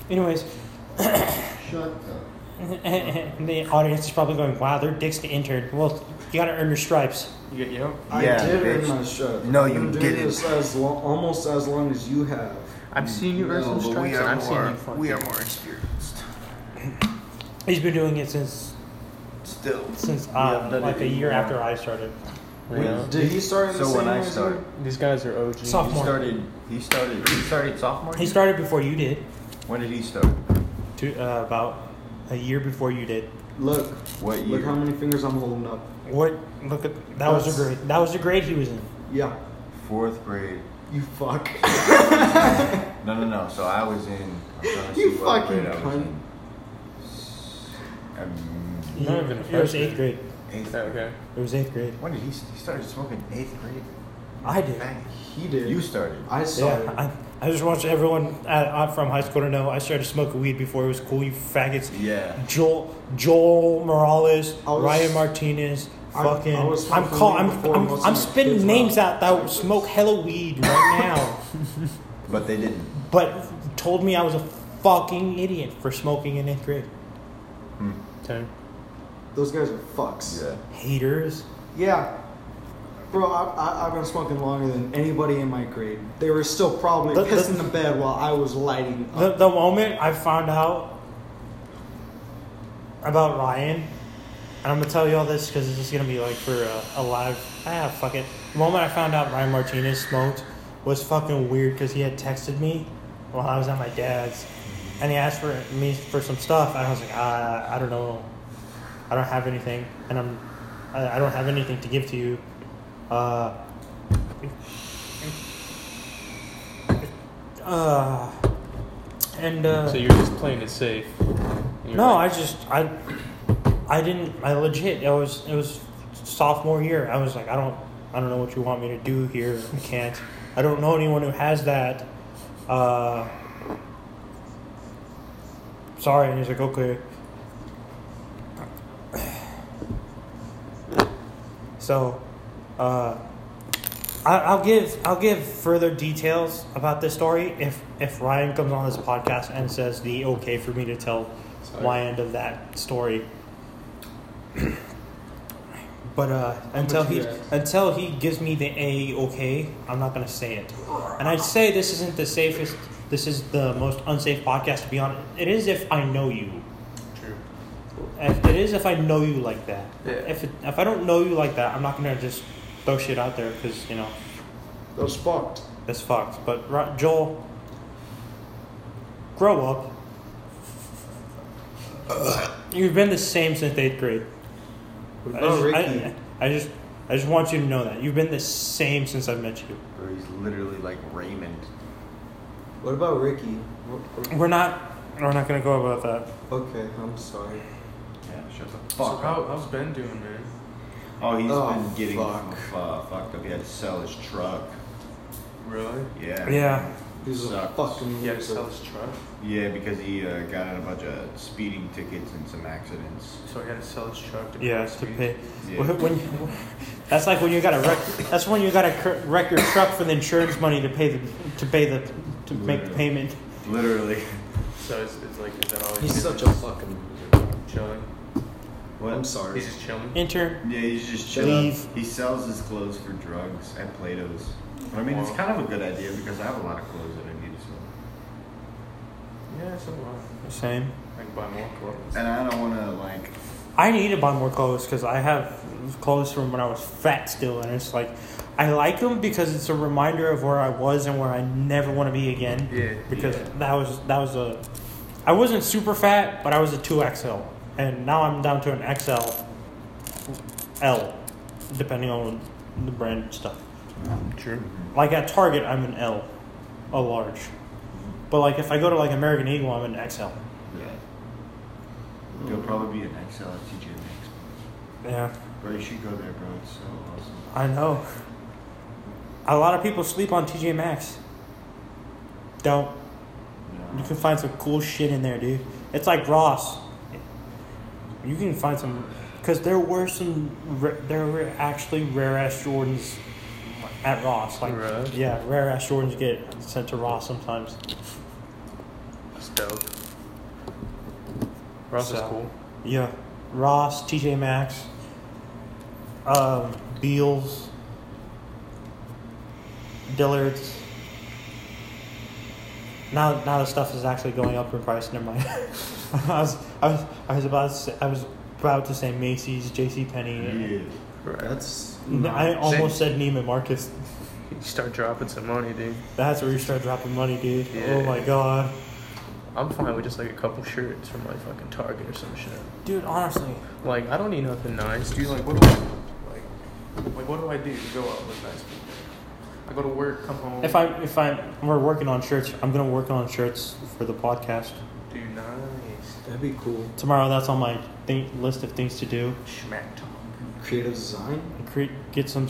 Speaker 1: Anyways,
Speaker 4: Shut the.
Speaker 1: the audience is probably going, "Wow, their dick's the intern." Well, you gotta earn your stripes.
Speaker 3: you get, yep.
Speaker 5: I
Speaker 4: Yeah,
Speaker 5: did earn
Speaker 4: bitch.
Speaker 5: my shut.
Speaker 4: No,
Speaker 5: I've
Speaker 4: you
Speaker 5: been doing
Speaker 4: didn't.
Speaker 5: This as lo- almost as long as you have.
Speaker 3: I've seen you earn some stripes, and I've seen you fucking.
Speaker 4: we are more experienced.
Speaker 1: He's been doing it since
Speaker 4: Still.
Speaker 1: since
Speaker 4: haven't
Speaker 1: uh,
Speaker 4: done
Speaker 1: like a
Speaker 4: anything
Speaker 1: year
Speaker 4: wrong.
Speaker 1: after I started.
Speaker 3: you know?
Speaker 5: Did he start in the
Speaker 4: So
Speaker 5: same
Speaker 4: when I
Speaker 5: way as you?
Speaker 4: started-
Speaker 3: These guys are OGs.
Speaker 4: He
Speaker 1: Sophomore.
Speaker 4: started. He started. He started sophomore.
Speaker 1: He
Speaker 4: year?
Speaker 1: started before you did,
Speaker 4: When did he start?
Speaker 1: to, uh, about a year before you did.
Speaker 5: Look.
Speaker 4: What
Speaker 5: Look
Speaker 4: year?
Speaker 5: how many fingers I'm holding up.
Speaker 1: What? Look at that was the
Speaker 5: That's-
Speaker 1: grade. That was the grade he was in.
Speaker 5: Yeah.
Speaker 4: Fourth grade.
Speaker 5: You fuck.
Speaker 4: No, no, no. So I was in. I'm trying to
Speaker 5: You
Speaker 4: see what grade
Speaker 5: fucking
Speaker 4: I was
Speaker 5: cunt.
Speaker 4: in. Um,
Speaker 1: He-
Speaker 3: Not even a
Speaker 1: it was
Speaker 3: freshman.
Speaker 1: eighth grade.
Speaker 4: eighth grade.
Speaker 3: Okay.
Speaker 1: It was eighth grade.
Speaker 4: When did he? He started smoking eighth grade.
Speaker 1: I did.
Speaker 4: Dang.
Speaker 5: He did.
Speaker 4: You started.
Speaker 5: I started.
Speaker 1: Yeah, I, I just want everyone at, uh, from high school to know I started smoking weed before it was cool. You faggots.
Speaker 4: Yeah.
Speaker 1: Joel Joel Morales,
Speaker 5: I was-
Speaker 1: Ryan Martinez,
Speaker 5: I-
Speaker 1: fucking.
Speaker 5: I was
Speaker 1: I'm
Speaker 5: fucking
Speaker 1: call, I'm,
Speaker 5: before
Speaker 1: I'm,
Speaker 5: most of
Speaker 1: I'm
Speaker 5: my
Speaker 1: spitting
Speaker 5: kids
Speaker 1: names
Speaker 5: were
Speaker 1: out that would
Speaker 5: like this.
Speaker 1: smoke hella weed right now,
Speaker 4: But they didn't.
Speaker 1: but told me I was a fucking idiot for smoking in eighth grade.
Speaker 3: Okay.
Speaker 5: Those guys are fucks.
Speaker 4: Yeah.
Speaker 1: Haters.
Speaker 5: Yeah. Bro, I, I, I've been smoking longer than anybody in my grade. They were still probably
Speaker 1: The- the-
Speaker 5: pissing the bed while I was lighting
Speaker 1: The,
Speaker 5: up.
Speaker 1: the moment I found out about Ryan, and I'm gonna tell you all this because this is gonna be like for a, a live. Ah, fuck it. The moment I found out Ryan Martinez smoked was fucking weird because he had texted me while I was at my dad's, and he asked for "Ah, me for some stuff, and I was like, uh, I don't know, I don't have anything, and I'm. I, I don't have anything to give to you. Uh, uh, and uh,
Speaker 3: So you're just playing it safe. You're
Speaker 1: no, I
Speaker 3: like,
Speaker 1: just I I didn't I legit it was it was sophomore year. I was like I don't I don't know what you want me to do here. I can't. I don't know anyone who has that. Uh, sorry, and he's like okay. So, uh, I, I'll give I'll give further details about this story if if Ryan comes on this podcast and says the okay for me to tell my end of that story. but uh, until
Speaker 5: much
Speaker 1: he
Speaker 5: you ask?
Speaker 1: until he gives me the a okay, I'm not gonna say it. And I'd say this isn't the safest. This is the most unsafe podcast to be on. It is if I know you.
Speaker 3: True.
Speaker 1: If it is if I know you like that.
Speaker 3: Yeah.
Speaker 1: If it, if I don't know you like that, I'm not gonna just throw shit out there because you know
Speaker 5: Those fucked.
Speaker 1: that's fucked. But Ro- Joel, grow up. You've been the same since eighth grade.
Speaker 5: What
Speaker 1: I
Speaker 5: about
Speaker 1: just,
Speaker 5: Ricky?
Speaker 1: I, I just I just want you to know that you've been the same since I met you.
Speaker 4: Or he's literally like Raymond.
Speaker 5: what about Ricky? Wh-
Speaker 1: We're not we're not gonna go about that.
Speaker 5: wh- Okay, I'm sorry.
Speaker 4: Yeah, shut the
Speaker 3: So
Speaker 4: fuck up.
Speaker 3: how, how's Ben doing, man?
Speaker 4: Oh, he's
Speaker 5: Oh,
Speaker 4: been getting
Speaker 5: fuck.
Speaker 4: f- uh, fucked up. He had to sell his truck.
Speaker 3: Really?
Speaker 4: Yeah.
Speaker 1: Yeah.
Speaker 5: He's a
Speaker 4: Sucks.
Speaker 5: fucking
Speaker 3: Yeah, just sell
Speaker 5: loser.
Speaker 3: his truck.
Speaker 4: Yeah, because he uh, got in a bunch of speeding tickets and some accidents.
Speaker 3: So I gotta sell his truck to
Speaker 1: Yeah, to
Speaker 3: his
Speaker 1: pay.
Speaker 4: Yeah.
Speaker 1: When, when you- that's like when you got to wreck. That's when you got to cr- wreck your truck for the insurance money to pay the to pay the to make the
Speaker 4: Literally.
Speaker 1: payment.
Speaker 4: Literally.
Speaker 3: fees. So it's, it's like, is that all
Speaker 5: He's
Speaker 3: he's
Speaker 5: such a
Speaker 3: doing?
Speaker 5: fucking loser.
Speaker 3: chilling.
Speaker 5: I'm
Speaker 4: What?
Speaker 5: sorry.
Speaker 3: He's just chilling.
Speaker 1: Intern.
Speaker 4: Yeah, he's just
Speaker 5: Shut
Speaker 4: chilling.
Speaker 1: up.
Speaker 4: He sells his clothes for drugs at Plato's. But I mean, it's
Speaker 3: Wow.
Speaker 4: kind of a good idea because I have a lot of clothes that I need to sell,
Speaker 3: Yeah, so what?
Speaker 1: Same.
Speaker 3: I can buy more clothes.
Speaker 4: and I don't want to like.
Speaker 1: I need to buy more clothes because I have clothes from when I was fat still, and it's like I like them because it's a reminder of where I was and where I never want to be again.
Speaker 3: Yeah,
Speaker 1: Because
Speaker 3: yeah.
Speaker 1: that was that was a, I wasn't super fat, but I was a two XL, and now I'm down to an XL, L, depending on the brand stuff.
Speaker 3: True.
Speaker 1: Like at Target, I'm an L, a large, but like if I go to like American Eagle, I'm an XL.
Speaker 4: Yeah. There'll probably be an XL at TJ Maxx.
Speaker 1: Yeah.
Speaker 4: Bro, you should go there, bro. It's so awesome.
Speaker 1: I know. A lot of people sleep on TJ Maxx. Don't. You
Speaker 4: Yeah.
Speaker 1: can find some cool shit in there, dude. It's like Ross. You can find some, because there were some, ra- there were actually rare ass Jordans at Ross. Like,
Speaker 3: Really?
Speaker 1: yeah, rare ass Jordans get sent to Ross sometimes.
Speaker 3: That's dope. Ross is
Speaker 1: So-
Speaker 3: cool.
Speaker 1: Yeah, Ross, TJ Maxx, um, Beals, Dillard's. Now, now the stuff is actually going up in price. Never mind. I was, I was, I was about, to say, I was about to say Macy's, J.C. Penney.
Speaker 4: Yeah.
Speaker 5: That's
Speaker 1: I almost said Neiman Marcus.
Speaker 3: You start dropping some money, dude.
Speaker 1: That's where you start dropping money, dude. Oh
Speaker 3: Yeah.
Speaker 1: my god,
Speaker 3: I'm fine with just like a couple shirts from like fucking Target or some shit.
Speaker 1: dude. Honestly,
Speaker 3: Like I don't need nothing nice. Dude, like what do I like? Like what do I do to go out with nice people? I go to work, come home.
Speaker 1: if I, if I, we're working on shirts. I'm gonna work on shirts for the podcast.
Speaker 3: do nice
Speaker 5: that'd be cool.
Speaker 1: Tomorrow, that's on my thing, list of things to do.
Speaker 3: schmack talk.
Speaker 5: Creative design.
Speaker 1: Create, get some,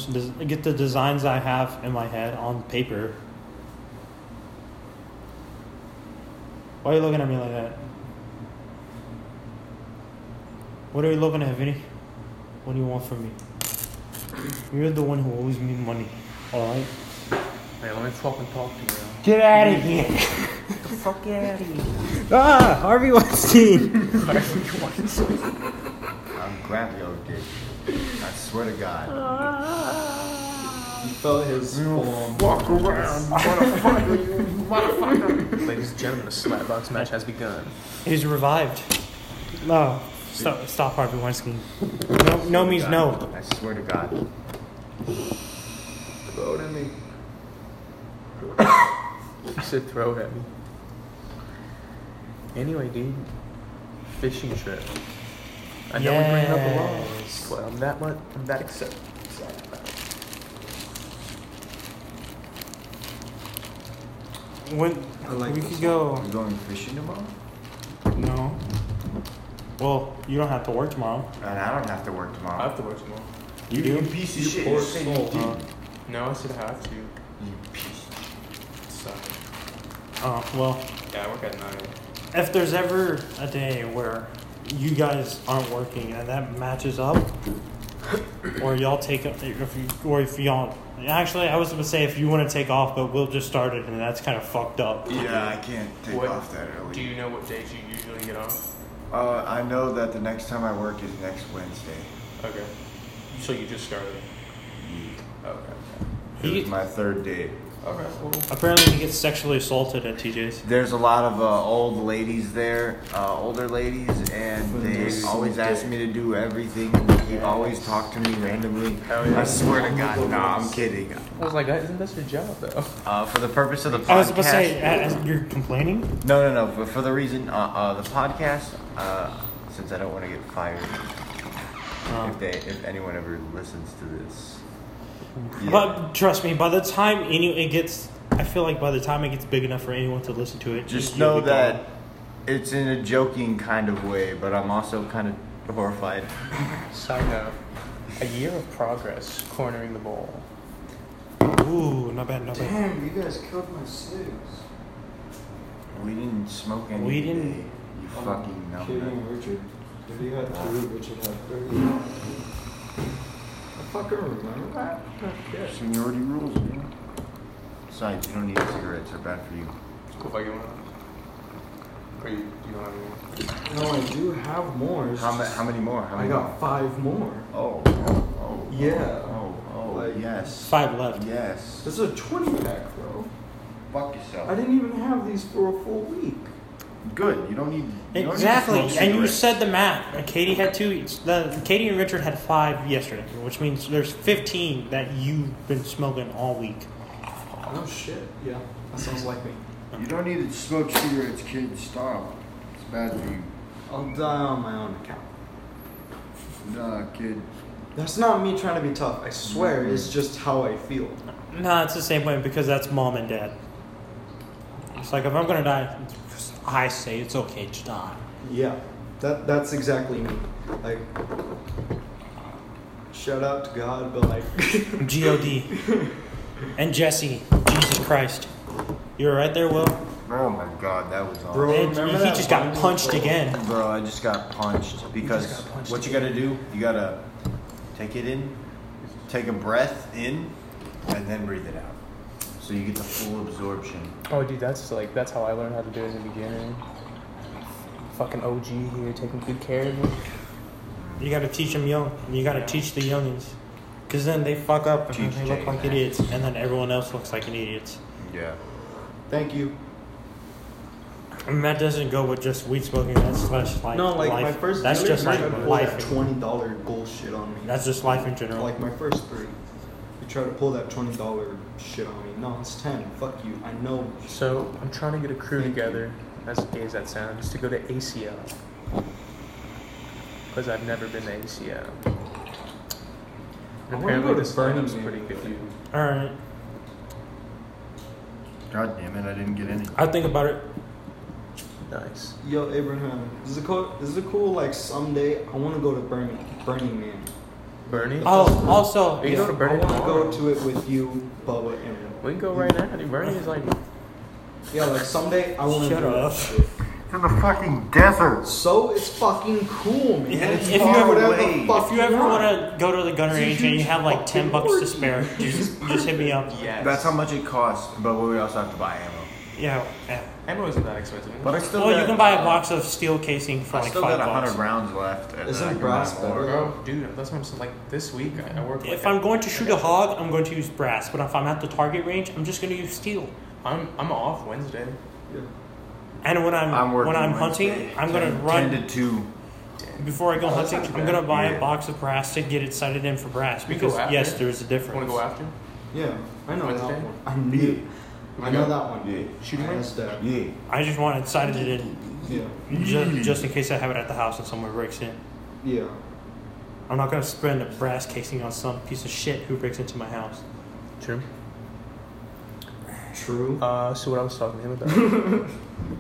Speaker 1: get the designs I have in my head on paper. Why are you looking at me like that? What are you looking at, Vinny? What do you want from me? You're the one who owes me money. All right.
Speaker 3: Hey, let me fucking talk to you.
Speaker 1: Get out of here. the fuck out of here. Ah, Harvey Weinstein.
Speaker 4: I'm glad y'all did. I swear to God.
Speaker 5: He felt his form.
Speaker 4: Walk around, motherfucker. You motherfucker.
Speaker 3: Ladies and gentlemen, the slapbox match has begun.
Speaker 1: He's revived. No, stop, stop Harvey Weinstein. No, no means no.
Speaker 4: I swear to God.
Speaker 5: Vote in me.
Speaker 3: You said throw it at me. Anyway, dude, fishing trip. I I know we bring it up a lot,
Speaker 1: Yes.
Speaker 3: but I'm that much. I'm that excited. excited about it.
Speaker 1: When
Speaker 4: I like
Speaker 1: we
Speaker 4: this
Speaker 1: could go.
Speaker 4: You going fishing tomorrow?
Speaker 1: No. Well, you don't have to work tomorrow.
Speaker 4: And I don't have to work
Speaker 3: I
Speaker 4: tomorrow.
Speaker 3: have to work tomorrow.
Speaker 1: You do.
Speaker 4: piece
Speaker 5: You poor
Speaker 4: said you
Speaker 5: soul,
Speaker 4: did.
Speaker 1: huh?
Speaker 3: No, I said I have to.
Speaker 4: You piece of shit.
Speaker 3: So,
Speaker 1: Uh, well,
Speaker 3: yeah, I work at nine.
Speaker 1: if there's ever a day where you guys aren't working and that matches up, or y'all take up, if you, or if y'all actually, I was gonna say if you want to take off, but we'll just start it, and that's kind of fucked up.
Speaker 4: Yeah, I can't take
Speaker 3: What
Speaker 4: off that early.
Speaker 3: Do you know what days you usually get off?
Speaker 4: Uh, I know that the next time I work is next Wednesday.
Speaker 3: Okay. So you just started. Okay.
Speaker 1: He-
Speaker 4: It's my third day.
Speaker 3: Okay. Well,
Speaker 1: Apparently, he gets sexually assaulted at TJ's.
Speaker 4: There's a lot of uh, old ladies there, uh, older ladies, and they always ask me to do everything. They always talk to me randomly.
Speaker 3: Hell yeah.
Speaker 4: I swear to God, no, I'm kidding.
Speaker 3: I was like, that isn't that's your job though.
Speaker 4: Uh, for the purpose of the podcast,
Speaker 1: I was about to say, uh, uh, you're complaining.
Speaker 4: no, no, no. For, for the reason, uh, uh, the podcast, uh, since I don't want to get fired,
Speaker 1: Uh,
Speaker 4: if they, if anyone ever listens to this, yeah.
Speaker 1: But trust me, by the time any it gets, I feel like by the time it gets big enough for anyone to listen to it,
Speaker 4: Just
Speaker 1: you'll
Speaker 4: know
Speaker 1: be
Speaker 4: that
Speaker 1: gone.
Speaker 4: it's in a joking kind of way, but I'm also kind of horrified.
Speaker 3: Side note: A year of progress cornering the ball.
Speaker 1: Ooh, not bad, not bad.
Speaker 5: Damn, you guys killed my sales.
Speaker 4: We didn't smoke any.
Speaker 1: We didn't-
Speaker 4: today, You fucking know.
Speaker 5: Kidding, Richard. If you had three, Richard had thirty. I fucking remember that.
Speaker 4: Seniority rules, man. Besides, you don't need cigarettes. They're bad for you.
Speaker 3: It's cool if I get one. Or you, you don't have any?
Speaker 5: No, I do have more. it's
Speaker 4: How, ma-
Speaker 5: just-
Speaker 4: how many more? How
Speaker 5: I
Speaker 4: many
Speaker 5: got five more.
Speaker 4: More? Oh, oh, oh.
Speaker 5: Yeah.
Speaker 4: Oh, oh,
Speaker 5: Like-
Speaker 4: yes.
Speaker 1: Five left.
Speaker 4: Yes.
Speaker 5: This is a twenty pack, bro.
Speaker 4: Fuck
Speaker 5: I
Speaker 4: yourself.
Speaker 5: didn't even have these for a full week.
Speaker 4: Good. You don't need. You don't
Speaker 1: Exactly,
Speaker 4: Need to smoke
Speaker 1: and you
Speaker 4: cigarettes.
Speaker 1: said the math. Uh, Katie had two. each. The Katie and Richard had five yesterday, which means there's 15 that you've been smoking all week.
Speaker 5: Oh shit. Yeah, that sounds like me.
Speaker 4: You don't need to smoke cigarettes, kid. Stop. It's bad for you.
Speaker 5: I'll die on my own account.
Speaker 4: Nah, kid.
Speaker 5: That's not me trying to be tough. I
Speaker 1: Mm-hmm.
Speaker 5: swear, it's just how I feel.
Speaker 1: Nah, it's the same way because that's mom and dad. It's like if I'm gonna die, I say it's okay to die.
Speaker 5: Yeah, that that's exactly me. Like, shout out to God, but like,
Speaker 1: God and Jesse, Jesus Christ, you were right there, Will.
Speaker 4: Oh my god, that was awesome.
Speaker 5: Bro,
Speaker 1: And
Speaker 5: remember
Speaker 1: he
Speaker 5: that
Speaker 1: just got
Speaker 5: Bible
Speaker 1: punched
Speaker 5: story?
Speaker 1: again.
Speaker 4: Bro, I just got punched because
Speaker 1: got punched
Speaker 4: what you gotta do, you gotta take it in, take a breath in, and then breathe it out. So you get the full absorption.
Speaker 3: Oh, dude, that's like that's how I learned how to do it in the beginning. Fucking OG here taking good care of me.
Speaker 1: You got to teach them young. You got to teach the youngins, because then they fuck up and then
Speaker 4: Teach
Speaker 1: they look
Speaker 4: Jay
Speaker 1: like
Speaker 4: that.
Speaker 1: idiots, and then everyone else looks like an idiot.
Speaker 4: Yeah.
Speaker 5: Thank you.
Speaker 1: And that doesn't go with just weed smoking. That's slash life.
Speaker 5: no, like
Speaker 1: life.
Speaker 5: my first.
Speaker 1: That's
Speaker 5: dealer
Speaker 1: just
Speaker 5: tried
Speaker 1: like
Speaker 5: to pull
Speaker 1: life.
Speaker 5: that twenty dollar bullshit on me.
Speaker 1: That's just life in general.
Speaker 5: like my first three. You try to pull that twenty dollar shit on me. No, it's ten. Fuck you. I know.
Speaker 3: So I'm trying to get a crew
Speaker 5: Thank you.
Speaker 3: together, as gay as that sounds, to go to ACL. Because I've never been to ACL.
Speaker 5: wanna
Speaker 3: Apparently
Speaker 5: go to
Speaker 3: this lineup's
Speaker 5: Burning
Speaker 3: pretty
Speaker 5: Man.
Speaker 3: good.
Speaker 1: All right,
Speaker 4: God damn it, I didn't get any.
Speaker 1: I think about it.
Speaker 3: Nice.
Speaker 5: Yo, Abraham, is it cool? Is it cool? Like someday, I want to go to Burning Burning Man.
Speaker 3: Burning?
Speaker 1: Oh, also,
Speaker 3: You go to Burning
Speaker 5: I want to
Speaker 3: tomorrow.
Speaker 5: go to it with you, Bubba, and Will.
Speaker 3: We can go right now. Dude, Burning is like
Speaker 5: Yeah, like someday I want to
Speaker 1: Shut
Speaker 5: do
Speaker 1: up.
Speaker 5: that shit.
Speaker 4: It's in the fucking desert.
Speaker 5: So it's fucking cool, man.
Speaker 1: Yeah,
Speaker 5: It's
Speaker 1: if you
Speaker 5: far
Speaker 1: ever-
Speaker 5: whatever
Speaker 4: Wait.
Speaker 5: fuck
Speaker 1: if you ever
Speaker 5: want.
Speaker 1: want to go to the gun
Speaker 5: It's a
Speaker 1: range and you
Speaker 5: huge
Speaker 1: have like ten
Speaker 5: fucking
Speaker 1: bucks to
Speaker 5: orgy.
Speaker 1: spare, just just hit me up.
Speaker 3: yes.
Speaker 4: That's how much it costs, but we also have to buy ammo.
Speaker 1: Yeah. yeah.
Speaker 3: ammo isn't that expensive.
Speaker 4: But I still
Speaker 1: Well,
Speaker 4: got,
Speaker 1: Oh, you can buy a box of steel casing for
Speaker 4: I
Speaker 1: like
Speaker 4: still
Speaker 1: five
Speaker 4: got a hundred
Speaker 1: bucks.
Speaker 4: rounds left. And
Speaker 5: Isn't
Speaker 4: I can
Speaker 5: brass
Speaker 4: buy
Speaker 5: better?
Speaker 4: more.
Speaker 3: Bro, dude, that's what I'm saying. Like this week, I, I work. Like
Speaker 1: If I'm going to shoot a hog, I'm going to use brass. But if I'm at the target range, I'm just going to use steel.
Speaker 3: I'm I'm off Wednesday.
Speaker 5: Yeah.
Speaker 1: And when I'm,
Speaker 4: I'm working
Speaker 1: when I'm
Speaker 4: Wednesday,
Speaker 1: hunting, I'm gonna
Speaker 4: 10
Speaker 1: run
Speaker 4: ten to two.
Speaker 1: before I go
Speaker 3: Oh, that's
Speaker 1: hunting.
Speaker 3: not
Speaker 1: I'm
Speaker 3: bad.
Speaker 1: gonna buy
Speaker 4: Yeah.
Speaker 1: a box of brass to get it sighted in for brass
Speaker 3: We go
Speaker 1: because
Speaker 3: after
Speaker 1: yes,
Speaker 3: it.
Speaker 1: there is a difference.
Speaker 3: Want to go after?
Speaker 5: Yeah, I know
Speaker 3: Wednesday?
Speaker 5: that one. I knew. I know that one.
Speaker 4: Yeah.
Speaker 5: Shooting range. that.
Speaker 4: Yeah.
Speaker 1: I just want it sighted in
Speaker 5: Yeah.
Speaker 1: ju- just in case I have it at the house and someone breaks in.
Speaker 5: Yeah.
Speaker 1: I'm not gonna spend a brass casing on some piece of shit who breaks into my house.
Speaker 3: True.
Speaker 5: True.
Speaker 3: Uh, so what I was talking to him about.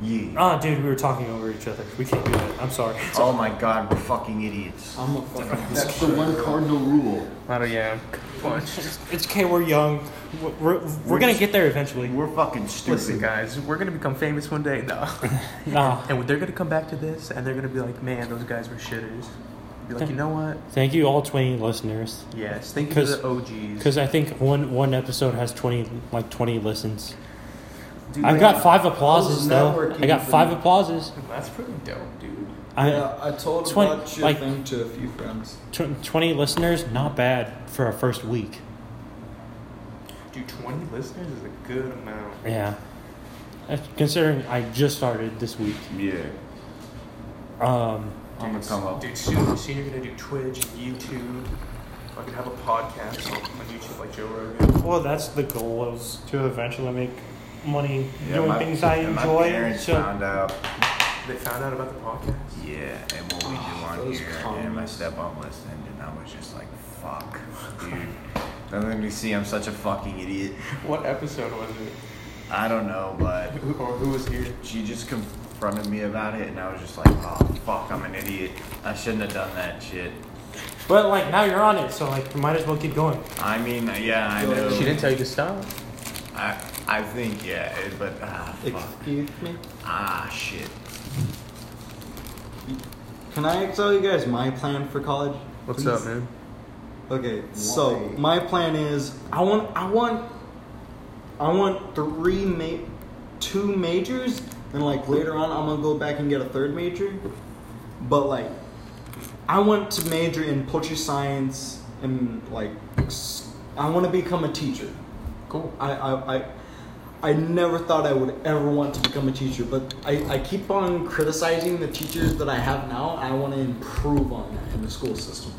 Speaker 4: Yeah.
Speaker 1: Ah, dude, we were talking over each other. We can't do that. I'm sorry.
Speaker 4: Oh my god, we're fucking idiots.
Speaker 5: I'm a fucking.
Speaker 4: That's the one cardinal rule.
Speaker 3: I don't. Yeah. Bunch.
Speaker 1: It's okay. We're young. We're we're, we're gonna get there eventually.
Speaker 4: We're fucking
Speaker 3: Listen,
Speaker 4: stupid.
Speaker 3: guys, we're gonna become famous one day. No.
Speaker 1: Nah.
Speaker 3: and they're gonna come back to this, and they're gonna be like, "Man, those guys were shitters." Be like, you know what?
Speaker 1: Thank you, all 20 listeners.
Speaker 3: Yes, thank you to
Speaker 1: 'Cause-
Speaker 3: the OGs.
Speaker 1: Because I think one one episode has 20 like 20 listens.
Speaker 5: Dude,
Speaker 1: I've
Speaker 5: man,
Speaker 1: got five applauses
Speaker 5: applauses, though.
Speaker 1: though.
Speaker 5: networking
Speaker 1: I got
Speaker 5: for
Speaker 1: five
Speaker 5: me.
Speaker 1: applauses.
Speaker 3: That's pretty dope, dude.
Speaker 1: I
Speaker 5: yeah, I told
Speaker 1: Twen-
Speaker 5: about your
Speaker 1: like-
Speaker 5: thing to a few friends.
Speaker 1: tw- 20 listeners, not bad for our first week.
Speaker 3: Dude, 20 listeners is a good amount.
Speaker 1: Yeah. Uh, Considering I just started this week.
Speaker 4: Yeah.
Speaker 1: Um,
Speaker 4: I'm gonna come up.
Speaker 3: Dude, soon, soon you're gonna do Twitch, YouTube. I could have a podcast on, on YouTube like Joe Rogan.
Speaker 1: well, that's the goal is to eventually make money
Speaker 4: Yeah,
Speaker 1: doing
Speaker 4: my-
Speaker 1: things I
Speaker 4: yeah,
Speaker 1: enjoy.
Speaker 4: My parents
Speaker 1: so
Speaker 4: found out.
Speaker 3: They found out about the podcast.
Speaker 4: Yeah, and what we do on
Speaker 5: those
Speaker 4: here, and my
Speaker 5: commies.
Speaker 4: stepmom listened, and I was just like, "Fuck, dude." Don't let me see. I'm such a fucking idiot.
Speaker 3: What episode was it?
Speaker 4: I don't know, but
Speaker 3: Who, or who was here?
Speaker 4: she just confronted me about it, and I was just like, "Oh fuck, I'm an idiot. I shouldn't have done that shit."
Speaker 1: but like now you're on it, so like you might as well keep going.
Speaker 4: I mean, yeah, I know.
Speaker 3: She didn't tell you to stop.
Speaker 4: I, I think yeah, it- but ah, fuck.
Speaker 5: Excuse me.
Speaker 4: ah, shit.
Speaker 5: Can I tell you guys my plan for college?
Speaker 3: What's
Speaker 5: please?
Speaker 3: up, man?
Speaker 5: Okay, so
Speaker 4: Why?
Speaker 5: my plan is I want I want I want three ma- two majors, and like later on I'm gonna go back and get a third major. But like I want to major in poetry science and like s- I want to become a teacher.
Speaker 3: Cool.
Speaker 5: I, I, I, I never thought I would ever want to become a teacher, but I, I keep on criticizing the teachers that I have now. I want to improve on that in the school system.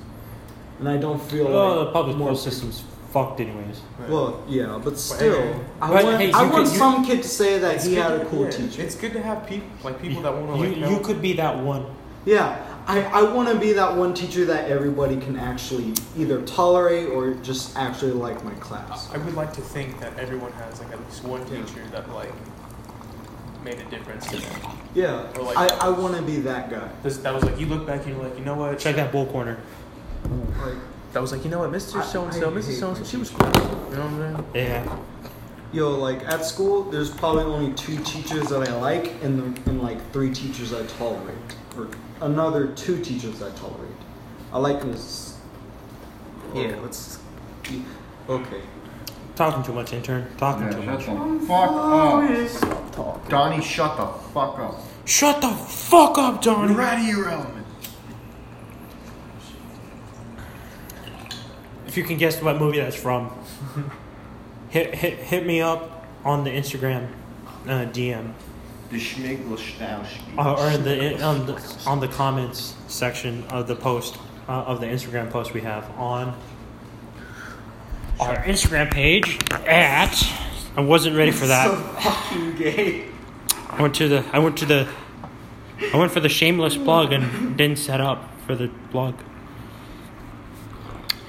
Speaker 5: And I don't feel
Speaker 1: Oh,
Speaker 5: like
Speaker 1: the public
Speaker 5: more-
Speaker 1: school system's fucked anyways.
Speaker 5: Well, yeah, but still, I
Speaker 1: But
Speaker 5: want,
Speaker 1: hey,
Speaker 5: I
Speaker 1: you
Speaker 5: want
Speaker 1: could- you-
Speaker 5: some kid to say that
Speaker 3: It's
Speaker 5: he
Speaker 3: good
Speaker 5: had
Speaker 3: to-
Speaker 5: a cool
Speaker 3: yeah,
Speaker 5: teacher.
Speaker 3: It's good to have people like people that want to
Speaker 1: You
Speaker 3: like.
Speaker 1: you
Speaker 3: help.
Speaker 1: could be that one.
Speaker 5: Yeah, I, I want to be that one teacher that everybody can actually either tolerate or just actually like my class.
Speaker 3: I would like to think that everyone has like at least one teacher that like made a difference to them.
Speaker 5: Yeah,
Speaker 3: Or like-
Speaker 5: I, I want to be that guy.
Speaker 3: This, that was like you look back and you're like, you know what?
Speaker 1: Check that bull corner.
Speaker 5: Like,
Speaker 3: That was like, you know what, Mr.
Speaker 5: I-
Speaker 3: So and so,
Speaker 5: I
Speaker 3: Mrs.
Speaker 5: hate
Speaker 3: So and so,
Speaker 5: my
Speaker 3: she was cool. You know what I'm saying?
Speaker 1: Yeah.
Speaker 5: Yo, like at school, there's probably only two teachers that I like, and the, and like three teachers I tolerate, or another two teachers I tolerate. I like Miss.
Speaker 3: Yeah, let's.
Speaker 5: Okay.
Speaker 1: Talking too much, intern. Talking too much.
Speaker 4: fuck up. Donnie, shut the fuck up.
Speaker 1: Shut the fuck up, Donnie.
Speaker 4: You're out of your element.
Speaker 1: If you can guess what movie that's from, hit hit hit me up on the Instagram uh, DM
Speaker 4: The Schmiglstowski.
Speaker 1: uh, or the on the on the comments section of the post uh, of the Instagram post we have on our Instagram page at. I wasn't ready for that.
Speaker 5: fucking gay.
Speaker 1: I went to the I went to the I went for the shameless plug and didn't set up for the blog.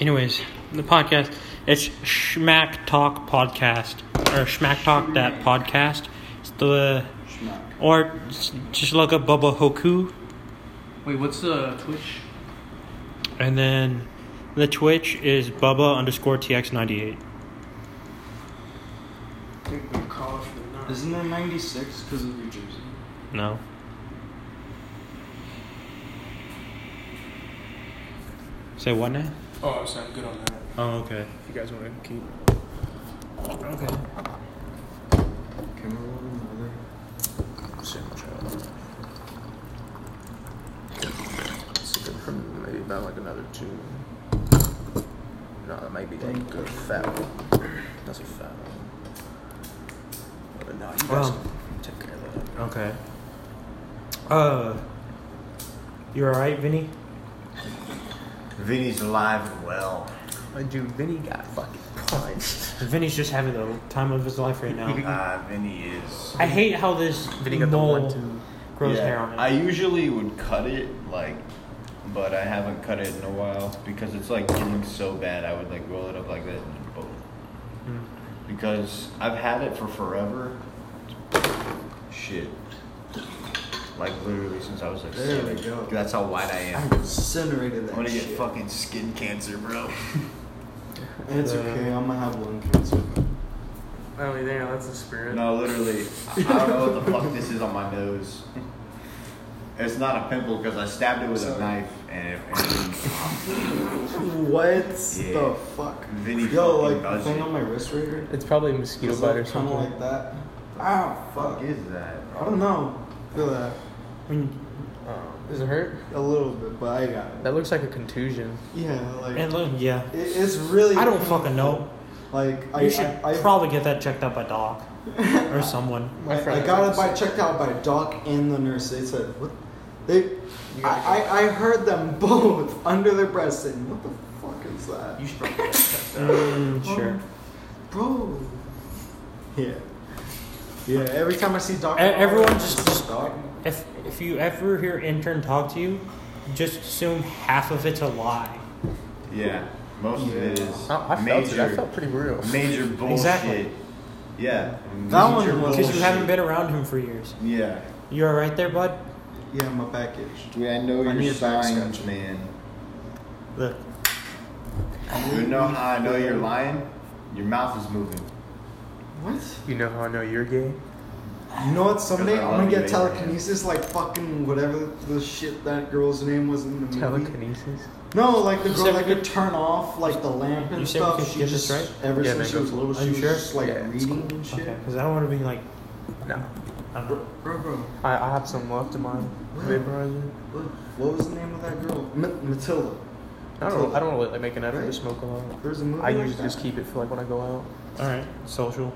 Speaker 1: Anyways, the podcast it's Schmack Talk Podcast or Schmack Talk that podcast. It's the or s- just look up Bubba Hoku
Speaker 6: Wait, what's the Twitch?
Speaker 1: and then the Twitch is Bubba underscore TX ninety eight.
Speaker 5: Isn't it '96 because of New Jersey?
Speaker 1: No. Say what now?
Speaker 3: Oh, I'm sorry, I'm good on that.
Speaker 1: Oh, okay.
Speaker 3: If you guys want to keep.
Speaker 1: Okay.
Speaker 5: Can we roll another?
Speaker 3: Sipping from maybe about like another two. No, that might be like a fat one. That's a fat one. But no, you guys
Speaker 1: Well.
Speaker 3: can take care of that.
Speaker 1: Okay. Uh, you all right, Vinny?
Speaker 4: Vinny's alive and well.
Speaker 3: My dude, Vinny got fucking punched.
Speaker 1: Vinny's just having the time of his life right now.
Speaker 4: Uh, Vinny is.
Speaker 1: I hate how this
Speaker 3: Vinny got the
Speaker 1: mole
Speaker 3: one, two.
Speaker 1: grows
Speaker 4: Yeah,
Speaker 1: hair on
Speaker 4: I
Speaker 1: it.
Speaker 4: usually would cut it like but I haven't cut it in a while because it's like doing so bad. I would like roll it up like that and then boom.
Speaker 1: Mm.
Speaker 4: Because I've had it for forever. Shit. Like literally since I was like
Speaker 5: There
Speaker 4: seven.
Speaker 5: we go.
Speaker 4: That's how wide I
Speaker 5: I
Speaker 4: am.
Speaker 5: incinerated that
Speaker 4: I'm gonna
Speaker 5: shit.
Speaker 4: get fucking skin cancer, bro.
Speaker 5: It's okay. I'm gonna have lung cancer.
Speaker 3: Oh, yeah, that's a spirit.
Speaker 4: No, literally, I I don't know what the fuck this is on my nose. It's not a pimple because I stabbed it with a
Speaker 5: Sorry.
Speaker 4: knife and it.
Speaker 5: What the fuck?
Speaker 4: Vinny
Speaker 5: Yo,
Speaker 4: fucking
Speaker 5: like the
Speaker 4: does
Speaker 5: thing
Speaker 4: it.
Speaker 5: on my wrist right here.
Speaker 7: It's probably a mosquito
Speaker 5: It's
Speaker 7: bite or
Speaker 5: like, kind
Speaker 7: something.
Speaker 5: of like that. Ow,
Speaker 4: fuck
Speaker 5: fuck.
Speaker 4: is that?
Speaker 5: I don't know. Feel that
Speaker 1: When-
Speaker 7: Does it hurt?
Speaker 5: a little bit, but I got it.
Speaker 7: Um, That looks like a contusion.
Speaker 5: Yeah, like
Speaker 1: it
Speaker 5: it,
Speaker 1: look- yeah.
Speaker 5: it's really.
Speaker 1: I don't fucking know.
Speaker 5: Like I,
Speaker 1: You should
Speaker 5: I, I,
Speaker 1: probably get that checked out by Doc or someone.
Speaker 7: My
Speaker 5: I, I
Speaker 7: friend
Speaker 5: got it
Speaker 7: was-
Speaker 5: by checked out by Doc and the nurse. They said what? They, I, I, I heard them both under their breath saying, "What the fuck is that?"
Speaker 2: You should probably get checked out.
Speaker 1: Mm, sure.
Speaker 5: Bro. Yeah. Yeah, every time I see Doc,
Speaker 1: E- everyone just- just-
Speaker 5: Doc.
Speaker 1: If if you ever hear intern talk to you, just assume half of it's a lie.
Speaker 4: Yeah, most of it is
Speaker 7: I, I felt it. I
Speaker 4: major,
Speaker 7: felt pretty real.
Speaker 4: major bullshit.
Speaker 1: Exactly.
Speaker 4: Yeah,
Speaker 5: That one
Speaker 4: major
Speaker 5: was-
Speaker 1: Because you
Speaker 4: bullshit.
Speaker 1: haven't been around him for years.
Speaker 4: Yeah,
Speaker 1: You all right there, bud?
Speaker 5: Yeah, my back itched.
Speaker 4: yeah, I know
Speaker 5: I need
Speaker 4: your
Speaker 5: a back
Speaker 4: signs,
Speaker 5: scratch.
Speaker 4: man.
Speaker 1: Look,
Speaker 4: You know how I know you're lying? Your mouth is moving.
Speaker 5: What?
Speaker 7: You know how I know you're gay?
Speaker 5: You know what? Someday
Speaker 4: Because I
Speaker 5: I'm gonna
Speaker 4: love
Speaker 5: get
Speaker 4: you, Abraham.
Speaker 5: telekinesis, like fucking whatever the shit that girl's name was in the movie.
Speaker 7: Telekinesis.
Speaker 5: No, like the
Speaker 1: You
Speaker 5: girl
Speaker 1: said
Speaker 5: that
Speaker 1: we
Speaker 5: could turn off like the lamp and
Speaker 1: you said we
Speaker 5: stuff.
Speaker 1: could
Speaker 5: She
Speaker 1: get
Speaker 5: just
Speaker 1: this right?
Speaker 5: ever
Speaker 7: Yeah,
Speaker 5: since
Speaker 7: man,
Speaker 5: she was
Speaker 7: go.
Speaker 5: little,
Speaker 1: Are
Speaker 5: she
Speaker 1: you
Speaker 5: was
Speaker 1: sure?
Speaker 5: just like
Speaker 7: Yeah, it's
Speaker 5: reading and shit.
Speaker 1: because I don't want to be like,
Speaker 7: No.
Speaker 1: I don't know.
Speaker 5: Bro, bro,
Speaker 7: I, I have some left in my vaporizer.
Speaker 5: what, what was the name of that girl? M- Matilda.
Speaker 7: I don't. I don't really like making an effort to
Speaker 5: Right.
Speaker 7: smoke a lot.
Speaker 5: There's a movie.
Speaker 7: I
Speaker 5: like
Speaker 7: usually just
Speaker 5: that.
Speaker 7: keep it for like when I go out.
Speaker 1: All right, social.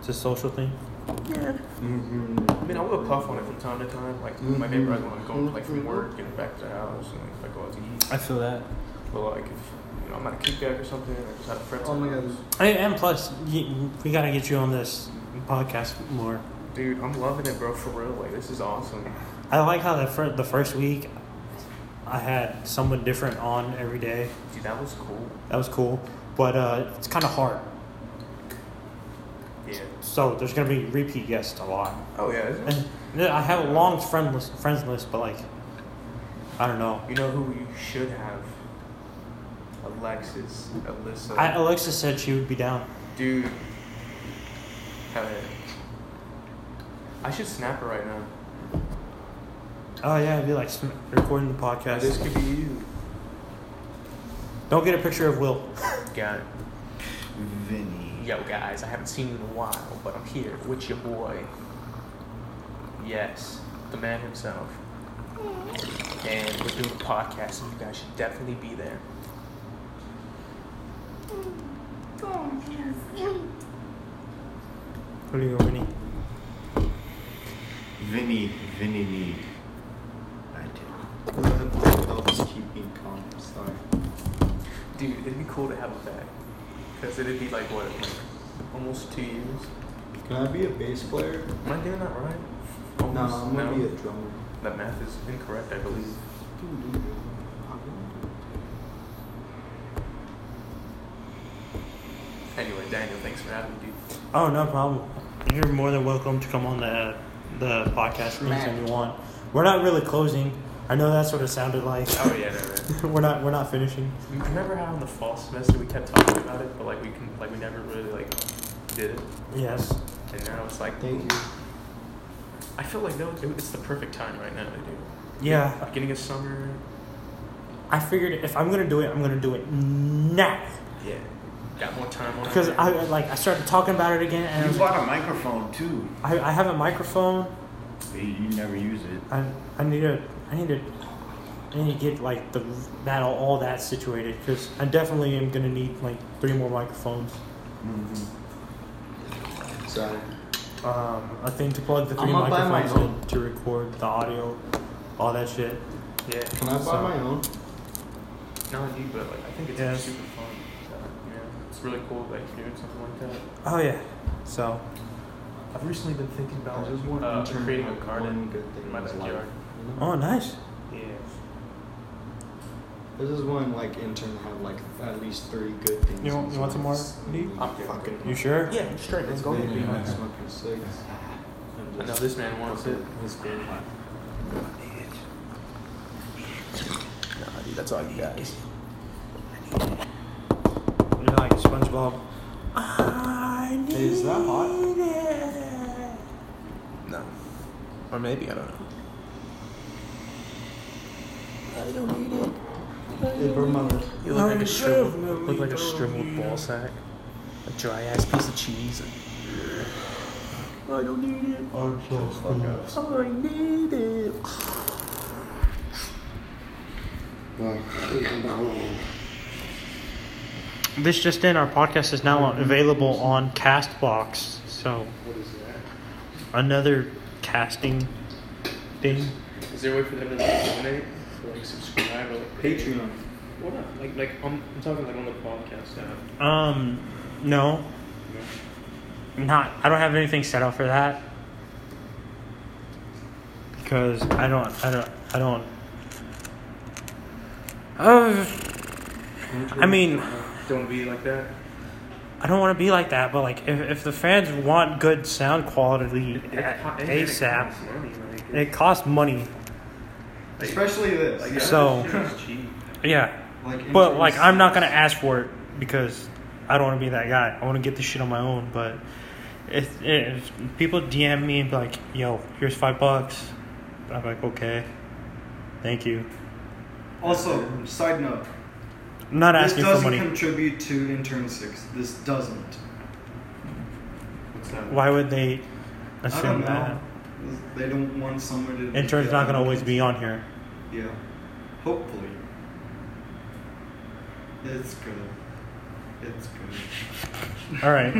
Speaker 1: It's a social thing.
Speaker 5: Mm-hmm.
Speaker 3: I mean, I will puff on it from time to time. Like my
Speaker 5: Mhm.
Speaker 3: favorite when I go like
Speaker 5: Mhm.
Speaker 3: from work and back to the house, and if I go out to eat.
Speaker 1: I feel that.
Speaker 3: But like if you know, I'm at a kickback or something, I just had a friend.
Speaker 5: Oh my god.
Speaker 1: And, and plus, you, we gotta get you on this podcast more.
Speaker 3: dude, I'm loving it, bro. For real, like this is awesome.
Speaker 1: I like how the first the first week, I had someone different on every day.
Speaker 3: Dude, that was cool.
Speaker 1: That was cool, but uh, it's kind of hard.
Speaker 3: Yeah.
Speaker 1: So there's gonna be repeat guests a lot.
Speaker 3: Oh yeah. Isn't it?
Speaker 1: And I have a long friend list, friends list, but like, I don't know.
Speaker 3: You know who you should have? Alexis, Alyssa.
Speaker 1: I, Alexa said she would be down.
Speaker 3: Dude. Hell yeah. I should snap her right now.
Speaker 1: Oh yeah, it'd be like sm- recording the
Speaker 3: This
Speaker 1: podcast.
Speaker 3: could be you.
Speaker 1: Don't get a picture of Will.
Speaker 3: Got it.
Speaker 4: Vinny.
Speaker 3: Yo, guys, I haven't seen you in a while, but I'm here with your boy. Yes, the man himself. And we're doing a podcast, so you guys should definitely be there.
Speaker 1: What do you go, Vinny?
Speaker 4: Vinny, Vinny need. I do.
Speaker 5: I'll just keep being calm. Sorry.
Speaker 3: Dude, it'd be cool to have him back. Because it'd be like, what, like almost two years?
Speaker 5: Can I be a bass player?
Speaker 3: Am I doing that right?
Speaker 5: No,
Speaker 3: Almost?
Speaker 5: I'm gonna be a drummer.
Speaker 3: That math is incorrect, I believe. Anyway, Daniel, thanks for having me, dude.
Speaker 1: Oh no problem. You're more than welcome to come on the the podcast anytime you want. We're not really closing. I know that's what it sounded like.
Speaker 3: Oh, yeah, no, no.
Speaker 1: we're not we're not finishing.
Speaker 3: Remember how in the fall semester we kept talking about it, but like we can, like we never really like did it,
Speaker 1: Yes.
Speaker 3: and now it's like
Speaker 5: Thank you.
Speaker 3: I feel like no, it- it's the perfect time right now to do. it.
Speaker 1: Yeah.
Speaker 3: Beginning of summer.
Speaker 1: I figured if I'm gonna do it, I'm gonna do it now
Speaker 3: Yeah. Got more time on. our
Speaker 1: because I
Speaker 3: hands.
Speaker 1: like I started talking about it again and I,
Speaker 4: You
Speaker 1: was like,
Speaker 4: bought a microphone too.
Speaker 1: I, I have a microphone.
Speaker 4: You you never use it.
Speaker 1: I I need to I need to I need to get like the that all, all that situated because I definitely am gonna need like three more microphones.
Speaker 4: Mm-hmm.
Speaker 5: Sorry.
Speaker 1: um, a thing to plug the 3
Speaker 5: I'ma buy my
Speaker 1: microphones
Speaker 5: own.
Speaker 1: in to record the audio, all that shit.
Speaker 3: Yeah.
Speaker 5: Can I buy
Speaker 1: Sorry.
Speaker 5: my own?
Speaker 3: Not you, but like I think it's
Speaker 1: Yeah.
Speaker 3: super fun. So, yeah, it's really cool like you're doing something like that.
Speaker 1: Oh yeah. So
Speaker 3: I've recently been thinking
Speaker 5: I
Speaker 3: about
Speaker 5: just want
Speaker 3: uh,
Speaker 5: to turn
Speaker 3: creating a
Speaker 5: on
Speaker 3: garden
Speaker 5: one good thing
Speaker 3: in my
Speaker 5: in his
Speaker 3: backyard.
Speaker 5: life, you know?
Speaker 1: oh nice.
Speaker 3: Yeah.
Speaker 5: This is when like intern had like at least three good things.
Speaker 1: You want-
Speaker 5: in
Speaker 1: you want some more,
Speaker 5: his life.
Speaker 1: Lee?
Speaker 5: I'm fucking.
Speaker 1: You sure?
Speaker 3: Yeah, I'm straight. Let's go.
Speaker 5: Then
Speaker 3: It'd be
Speaker 5: he had
Speaker 3: nice.
Speaker 5: smoking cigs. And
Speaker 3: I know
Speaker 5: just
Speaker 3: this man wants it.
Speaker 5: His grandma.
Speaker 7: Nah, dude, that's all you got.
Speaker 1: You're like SpongeBob.
Speaker 5: Hey, is that hot?
Speaker 7: No. Or maybe, I don't know.
Speaker 5: Hey, bro, mother.
Speaker 7: You look like a shriveled, look like a shriveled ball sack. A dry ass piece of cheese. I don't need it.
Speaker 5: I'm so fucking.
Speaker 7: I need it.
Speaker 1: This just in, our podcast is now available on Castbox. So, what is that? Another casting thing.
Speaker 3: Is there a way for them to like, donate, or, like subscribe, or like pay?
Speaker 5: Patreon.
Speaker 3: What up? Like, like I'm, I'm talking like on the podcast app.
Speaker 1: Um, no. Not. I don't have anything set up for that because I don't. I don't. I don't. Uh, I mean,
Speaker 3: Don't be like that.
Speaker 1: I don't want to be like that, but like, if, if the fans want good sound quality
Speaker 3: co- and it
Speaker 1: ASAP,
Speaker 3: costs money, like, it-
Speaker 1: it costs money.
Speaker 5: Especially this.
Speaker 3: like, yeah,
Speaker 1: So-
Speaker 3: this shit is cheap.
Speaker 1: Yeah,
Speaker 5: Like,
Speaker 1: but like,
Speaker 5: interns-
Speaker 1: I'm not gonna ask for it because I don't want to be that guy. I want to get this shit on my own. But if, if people DM me and be like, "Yo, here's five bucks," I'm like, "Okay, thank you."
Speaker 5: Also, side note.
Speaker 1: I'm not asking
Speaker 5: this
Speaker 1: for
Speaker 5: doesn't
Speaker 1: money.
Speaker 5: contribute to intern six. This doesn't.
Speaker 3: What's that?
Speaker 1: Why would they
Speaker 5: I don't
Speaker 1: assume
Speaker 5: know.
Speaker 1: that?
Speaker 5: They don't want someone to.
Speaker 1: Intern's not gonna always be on here.
Speaker 5: Yeah. Hopefully. It's good. It's good.
Speaker 1: All right.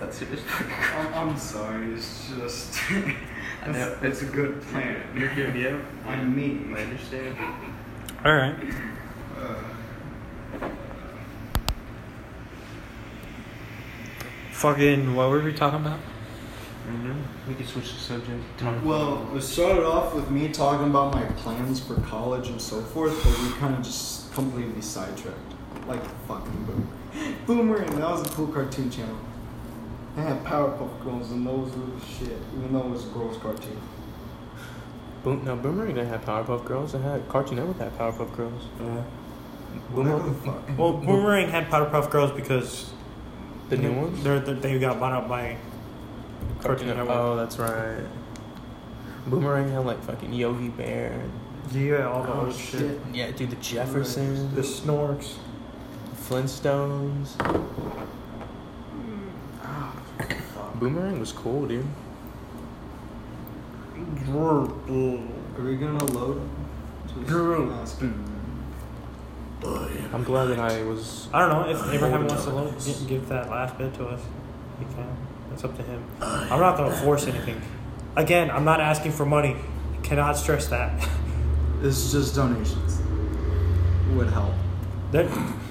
Speaker 3: That's it.
Speaker 5: I'm, I'm sorry. It's just.
Speaker 3: I know.
Speaker 5: it's, it's a good plan.
Speaker 3: You're good, yeah.
Speaker 5: I mean,
Speaker 3: I understand.
Speaker 1: All right.
Speaker 5: uh,
Speaker 1: Fucking what were we talking about?
Speaker 3: We can switch the subject.
Speaker 5: well, it started off with me talking about my plans for college and so forth, but we kind of just completely sidetracked, like a fucking boomer. Boomerang. That was a cool cartoon channel. They had Powerpuff Girls, and those were the shit, even though it was a girls' cartoon.
Speaker 7: Boom, no, Boomerang didn't have Powerpuff Girls. It had Cartoon Network had Powerpuff Girls.
Speaker 5: Uh,
Speaker 7: Boomerang,
Speaker 5: fuck?
Speaker 1: Well, Boomerang had Powderpuff Girls because
Speaker 7: the new ones.
Speaker 1: They're, they they got bought up by Mm-hmm. Cartoon Network.
Speaker 7: Oh, that's right. Boomerang had like fucking Yogi Bear. and-
Speaker 1: yeah, all the
Speaker 5: Oh,
Speaker 1: other
Speaker 5: shit.
Speaker 1: shit.
Speaker 7: Yeah, dude, the Jeffersons,
Speaker 1: The Snorks.
Speaker 7: Flintstones. Boomerang was cool, dude.
Speaker 5: Are we gonna load?
Speaker 1: Drew.
Speaker 5: Ask.
Speaker 7: I'm glad that I was.
Speaker 1: I don't know if Abraham wants to lo- gi- give that last bit to us. He can. It's up to him. I'm not gonna force anything. Again, I'm not asking for money. Cannot stress that.
Speaker 5: It's just donations. Would help.
Speaker 1: That-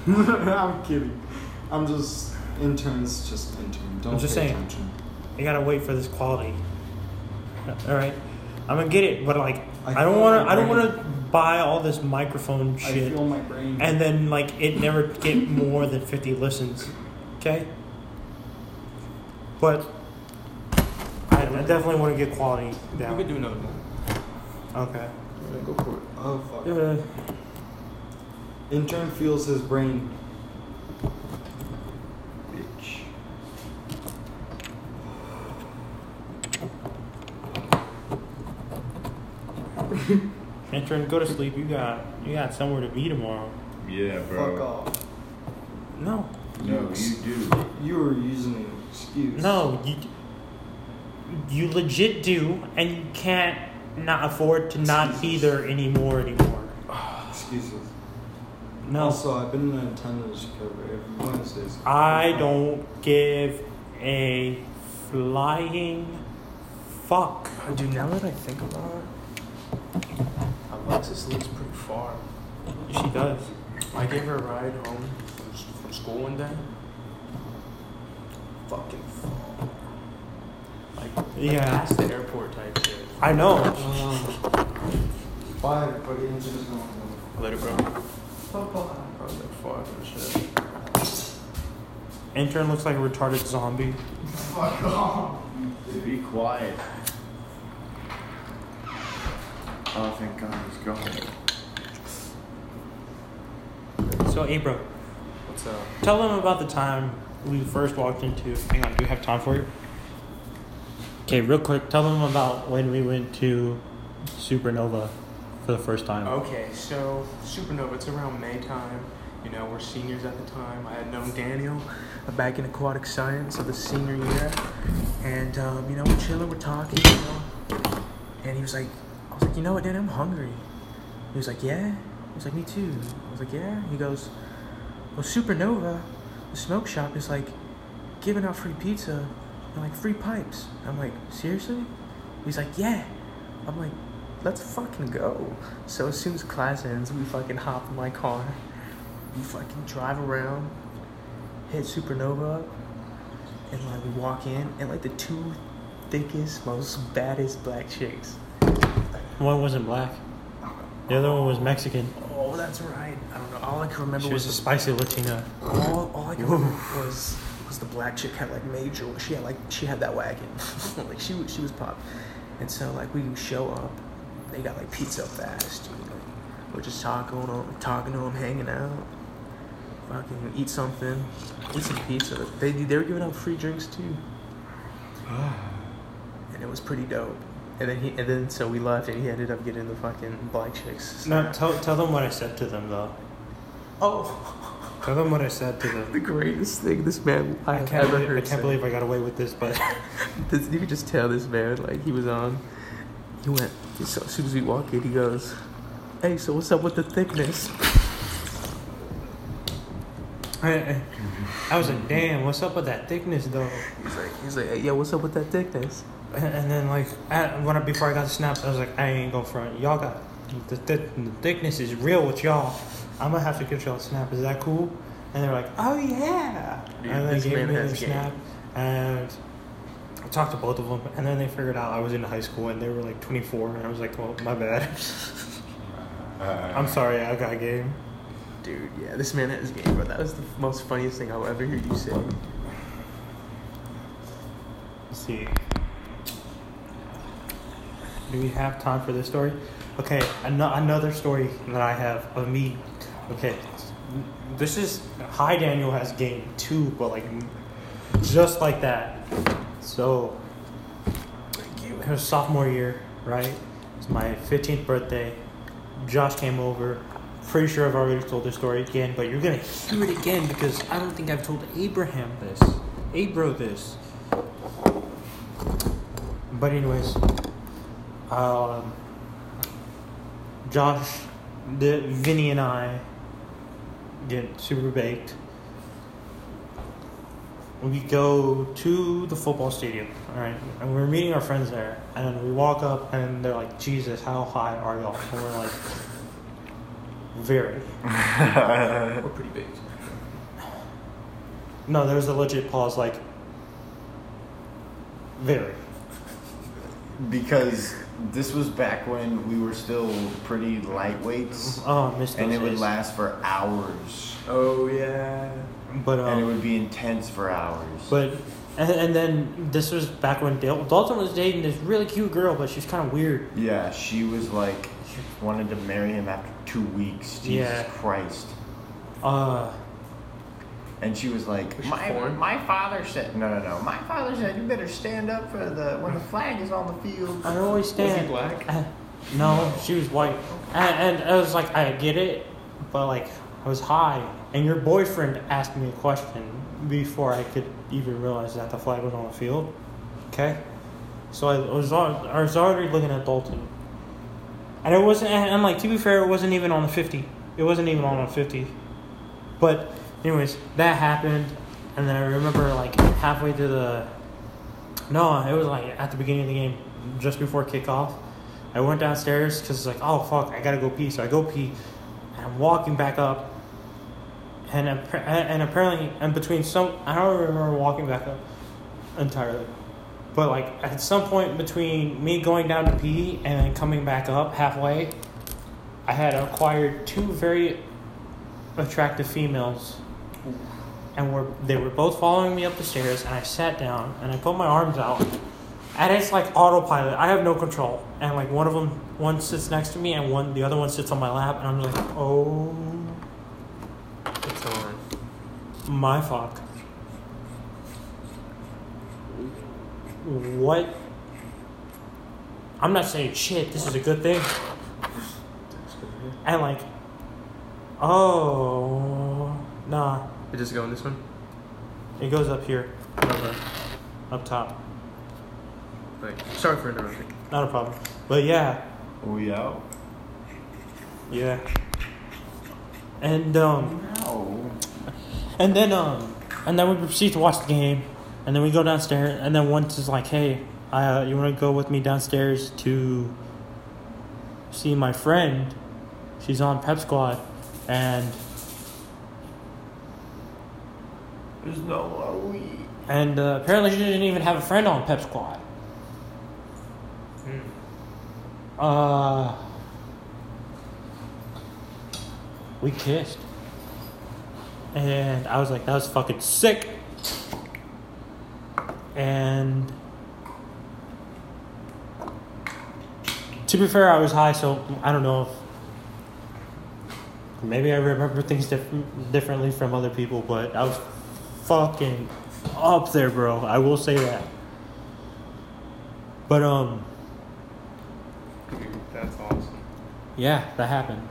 Speaker 5: I'm kidding. I'm just interns. Just intern. Don't
Speaker 1: just
Speaker 5: pay
Speaker 1: saying.
Speaker 5: attention.
Speaker 1: I gotta wait for this quality. All right, I'm gonna get it, but like
Speaker 5: I
Speaker 1: I, don't
Speaker 5: feel
Speaker 1: want to.
Speaker 5: my
Speaker 1: I don't
Speaker 5: brain.
Speaker 1: want to buy all this microphone
Speaker 5: I
Speaker 1: shit
Speaker 5: feel my brain.
Speaker 1: and then like it never get more than 50 listens. Okay, but I, I definitely want to get quality
Speaker 7: We could
Speaker 1: down.
Speaker 7: do another one.
Speaker 1: Okay.
Speaker 7: Yeah, go for it.
Speaker 5: oh fuck.
Speaker 1: Uh,
Speaker 5: Intern feels his brain. Bitch.
Speaker 1: intern, go to sleep. You got you got somewhere to be tomorrow.
Speaker 4: Yeah,
Speaker 5: Fuck
Speaker 4: bro.
Speaker 5: off.
Speaker 1: No,
Speaker 4: No, you do.
Speaker 5: You were using an excuse.
Speaker 1: no, you you legit do, and you can't not afford to not be there anymore anymore.
Speaker 5: Excuses.
Speaker 1: No,
Speaker 5: Also, I've been in attendance cover every Wednesdays.
Speaker 1: I don't give a flying fuck.
Speaker 7: Dude, now that I think about it, Alexis lives pretty far.
Speaker 1: She does.
Speaker 7: I gave her a ride home from, s- from school one day. Fucking fall. Like,
Speaker 1: Yeah.
Speaker 7: past the airport type shit.
Speaker 1: I know.
Speaker 5: Why everybody into this moment?
Speaker 3: Later, bro.
Speaker 2: Probably like five and shit.
Speaker 1: Intern looks like a retarded zombie.
Speaker 4: Be quiet. Oh, thank God he's gone.
Speaker 1: So, Abram,
Speaker 3: What's up?
Speaker 1: tell them about the time we first walked into. Hang on, do you have time for it? Okay, real quick, tell them about when we went to Supernova for the first time.
Speaker 3: Okay, so Supernova, it's around May time. You know, we're seniors at the time. I had known Daniel back in aquatic science of the senior year. And, um, you know, we're chilling, we're talking, you know. And he was like, I was like, you know what, Daniel, I'm hungry. He was like, yeah? He was like, me too. I was like, yeah? He goes, well, Supernova, the smoke shop is like giving out free pizza and like free pipes. I'm like, seriously? He's like, yeah. I'm like, let's fucking go. So as soon as class ends, we fucking hop in my car. We fucking drive around, hit Supernova up, and like we walk in, and like the two thickest, most baddest black chicks.
Speaker 1: One wasn't black, the other one was Mexican.
Speaker 3: Oh, that's right. I don't know. All I can remember
Speaker 1: She was a
Speaker 3: was
Speaker 1: spicy Latina.
Speaker 3: all, all I can remember was was the black chick had like major. She had like she had that wagon. like she was- she was pop. And so like we show up, they got like pizza fast. and, like, we're just talking to them, talking to them, hanging out. Fucking eat something, eat some pizza. They they were giving out free drinks too. Ah. And it was pretty dope. And then he and then so we left and he ended up getting the fucking black chicks.
Speaker 1: No, tell, tell them what I said to them, though.
Speaker 3: Oh,
Speaker 1: Tell them what I said to them.
Speaker 3: the greatest thing this man
Speaker 1: I
Speaker 3: I've
Speaker 1: can't,
Speaker 3: ever
Speaker 1: believe, I
Speaker 3: heard.
Speaker 1: can't
Speaker 3: say.
Speaker 1: believe I got away with this, but
Speaker 3: This, you could just tell this man, like, he was on. He went, so as soon as we walk in, he goes, Hey, so what's up with the thickness?
Speaker 1: I was like, damn, what's up with that thickness, though?
Speaker 3: He's like, he's like, hey, yo, what's up with that thickness?
Speaker 1: And, and then, like, I, when I, before I got the snaps, I was like, I ain't going front. Y'all got the, thi- the thickness is real with y'all. I'm gonna have to get y'all a snap. Is that cool? And they're like, oh yeah.
Speaker 3: Dude,
Speaker 1: and they
Speaker 3: this
Speaker 1: gave
Speaker 3: man
Speaker 1: me their
Speaker 3: has game.
Speaker 1: snap, and I talked to both of them, and then they figured out I was in high school, and they were like 24, and I was like, well, my bad.
Speaker 4: Uh,
Speaker 1: I'm sorry, I got game.
Speaker 3: Dude, yeah, this man has game, bro. That was the most funniest thing I'll ever hear you say.
Speaker 1: Let's see. Do we have time for this story? Okay, an- another story that I have of me. Okay, this is Hi Daniel has game too, but like just like that. So it was sophomore year, right? It's my 15th birthday. Josh came over. Pretty sure I've already told this story again, but you're gonna hear it again because I don't think I've told Abraham this. Abro this. But anyways, um, Josh, the Vinny, and I get super baked. We go to the football stadium, all right, and we're meeting our friends there. And we walk up, and they're like, "Jesus, how high are y'all?" And we're like, "Very."
Speaker 3: We're pretty big.
Speaker 1: No, there was a legit pause, like, "Very."
Speaker 4: because this was back when we were still pretty lightweights,
Speaker 1: Oh, I missed those
Speaker 4: and it would
Speaker 1: days.
Speaker 4: last for hours,
Speaker 3: Oh, yeah.
Speaker 1: But um,
Speaker 4: and it would be intense for hours.
Speaker 1: But and, and then this was back when Dal- Dalton was dating this really cute girl, but she was kind of weird.
Speaker 4: yeah, she was like wanted to marry him after two weeks. Jesus
Speaker 1: Yeah.
Speaker 4: Christ.
Speaker 1: Uh,
Speaker 4: And she was like,
Speaker 3: she
Speaker 4: my,
Speaker 3: foreign?
Speaker 4: my father said, no, no, no. My father said, you better stand up for the, when the flag is on the field.
Speaker 1: I don't always stand.
Speaker 3: black?
Speaker 1: Uh, no, she was white, and, and I was like, I get it, but like I was high, and your boyfriend asked me a question before I could even realize that the flag was on the field. Okay, so I was al- I was already looking at Dalton, and it wasn't. And and, like to be fair, it wasn't even on the fifty. It wasn't even on the fifty. But anyways, that happened, and then I remember like halfway through the no, it was like at the beginning of the game, just before kickoff. I went downstairs because it's like, oh fuck, I gotta go pee. So I go pee, and I'm walking back up, and appa- and apparently, and between some, I don't remember walking back up entirely, but like at some point between me going down to pee and then coming back up halfway, I had acquired two very attractive females, and were they were both following me up the stairs. And I sat down and I put my arms out, and it's like autopilot. I have no control. And like one of them, one sits next to me, and one the other one sits on my lap, and I'm like, oh
Speaker 3: It's on.
Speaker 1: my fuck, what? I'm not saying shit. This is a good thing. And like, oh, nah.
Speaker 3: It just go in this one?
Speaker 1: It goes up here,
Speaker 3: Okay.
Speaker 1: up top.
Speaker 3: Like, sorry for interrupting.
Speaker 1: Not a problem. But yeah,
Speaker 4: Oh yeah.
Speaker 1: yeah. And um,
Speaker 4: No.
Speaker 1: and then um, and then we proceed to watch the game, and then we go downstairs, and then once is like, hey, uh, you want to go with me downstairs to see my friend? She's on Pep Squad, and
Speaker 2: There's no lot of weed.
Speaker 1: and uh, apparently she didn't even have a friend on Pep Squad. Uh, we kissed, and I was like, "That was fucking sick." And to be fair, I was high, so I don't know if maybe I remember things diff- differently from other people, but I was fucking up there, bro. I will say that. But um.
Speaker 3: That's awesome.
Speaker 1: Yeah, that happened.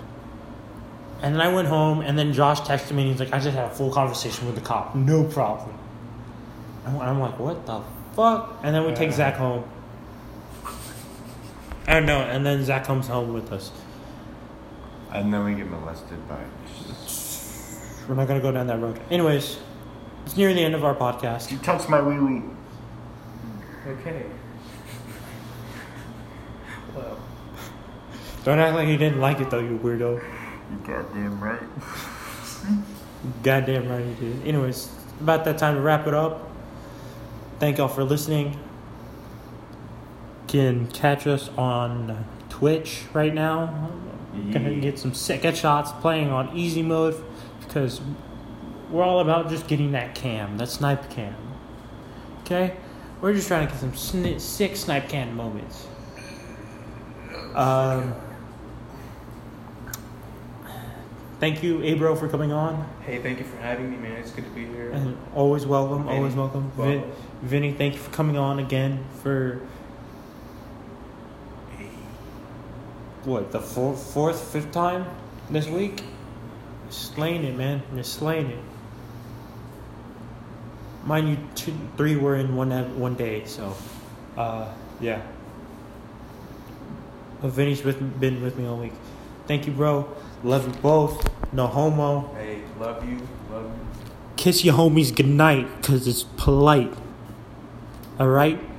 Speaker 1: And then I went home, and then Josh texted me, and he's like, I just had a full conversation with the cop. No problem. And I'm like, what the fuck? And then we take Zach home. Oh, no, and then Zach comes home with us.
Speaker 4: And then we get molested by.
Speaker 1: We're not going to go down that road. Anyways, it's near the end of our podcast.
Speaker 4: You touched my wee wee.
Speaker 3: Okay. Well,
Speaker 1: Don't act like you didn't like it, though, you weirdo.
Speaker 4: You goddamn right.
Speaker 1: Goddamn right you did. Anyways, about that time to wrap it up. Thank y'all for listening. Can catch us on Twitch right now. Gonna
Speaker 4: Yeah.
Speaker 1: get some sick shots playing on easy mode because we're all about just getting that cam, that snipe cam. Okay, we're just trying to get some sni sick snipe cam moments. Um, thank you, Abro, for coming on.
Speaker 3: hey, thank you for having me, man. It's good to be here.
Speaker 1: And always welcome,
Speaker 3: Vinny,
Speaker 1: always welcome. Vin,
Speaker 3: welcome.
Speaker 1: Vinny, thank you for coming on again for what the fourth, fourth, fifth time this week. Slaying it, man. You're slaying it. Mind you, two, three were in one ev- one day, so uh, yeah. But Vinny's with, been with me all week. Thank you, bro. Love you both. No homo
Speaker 3: Hey, love you. Love you.
Speaker 1: kiss your homies goodnight because it's polite. All right?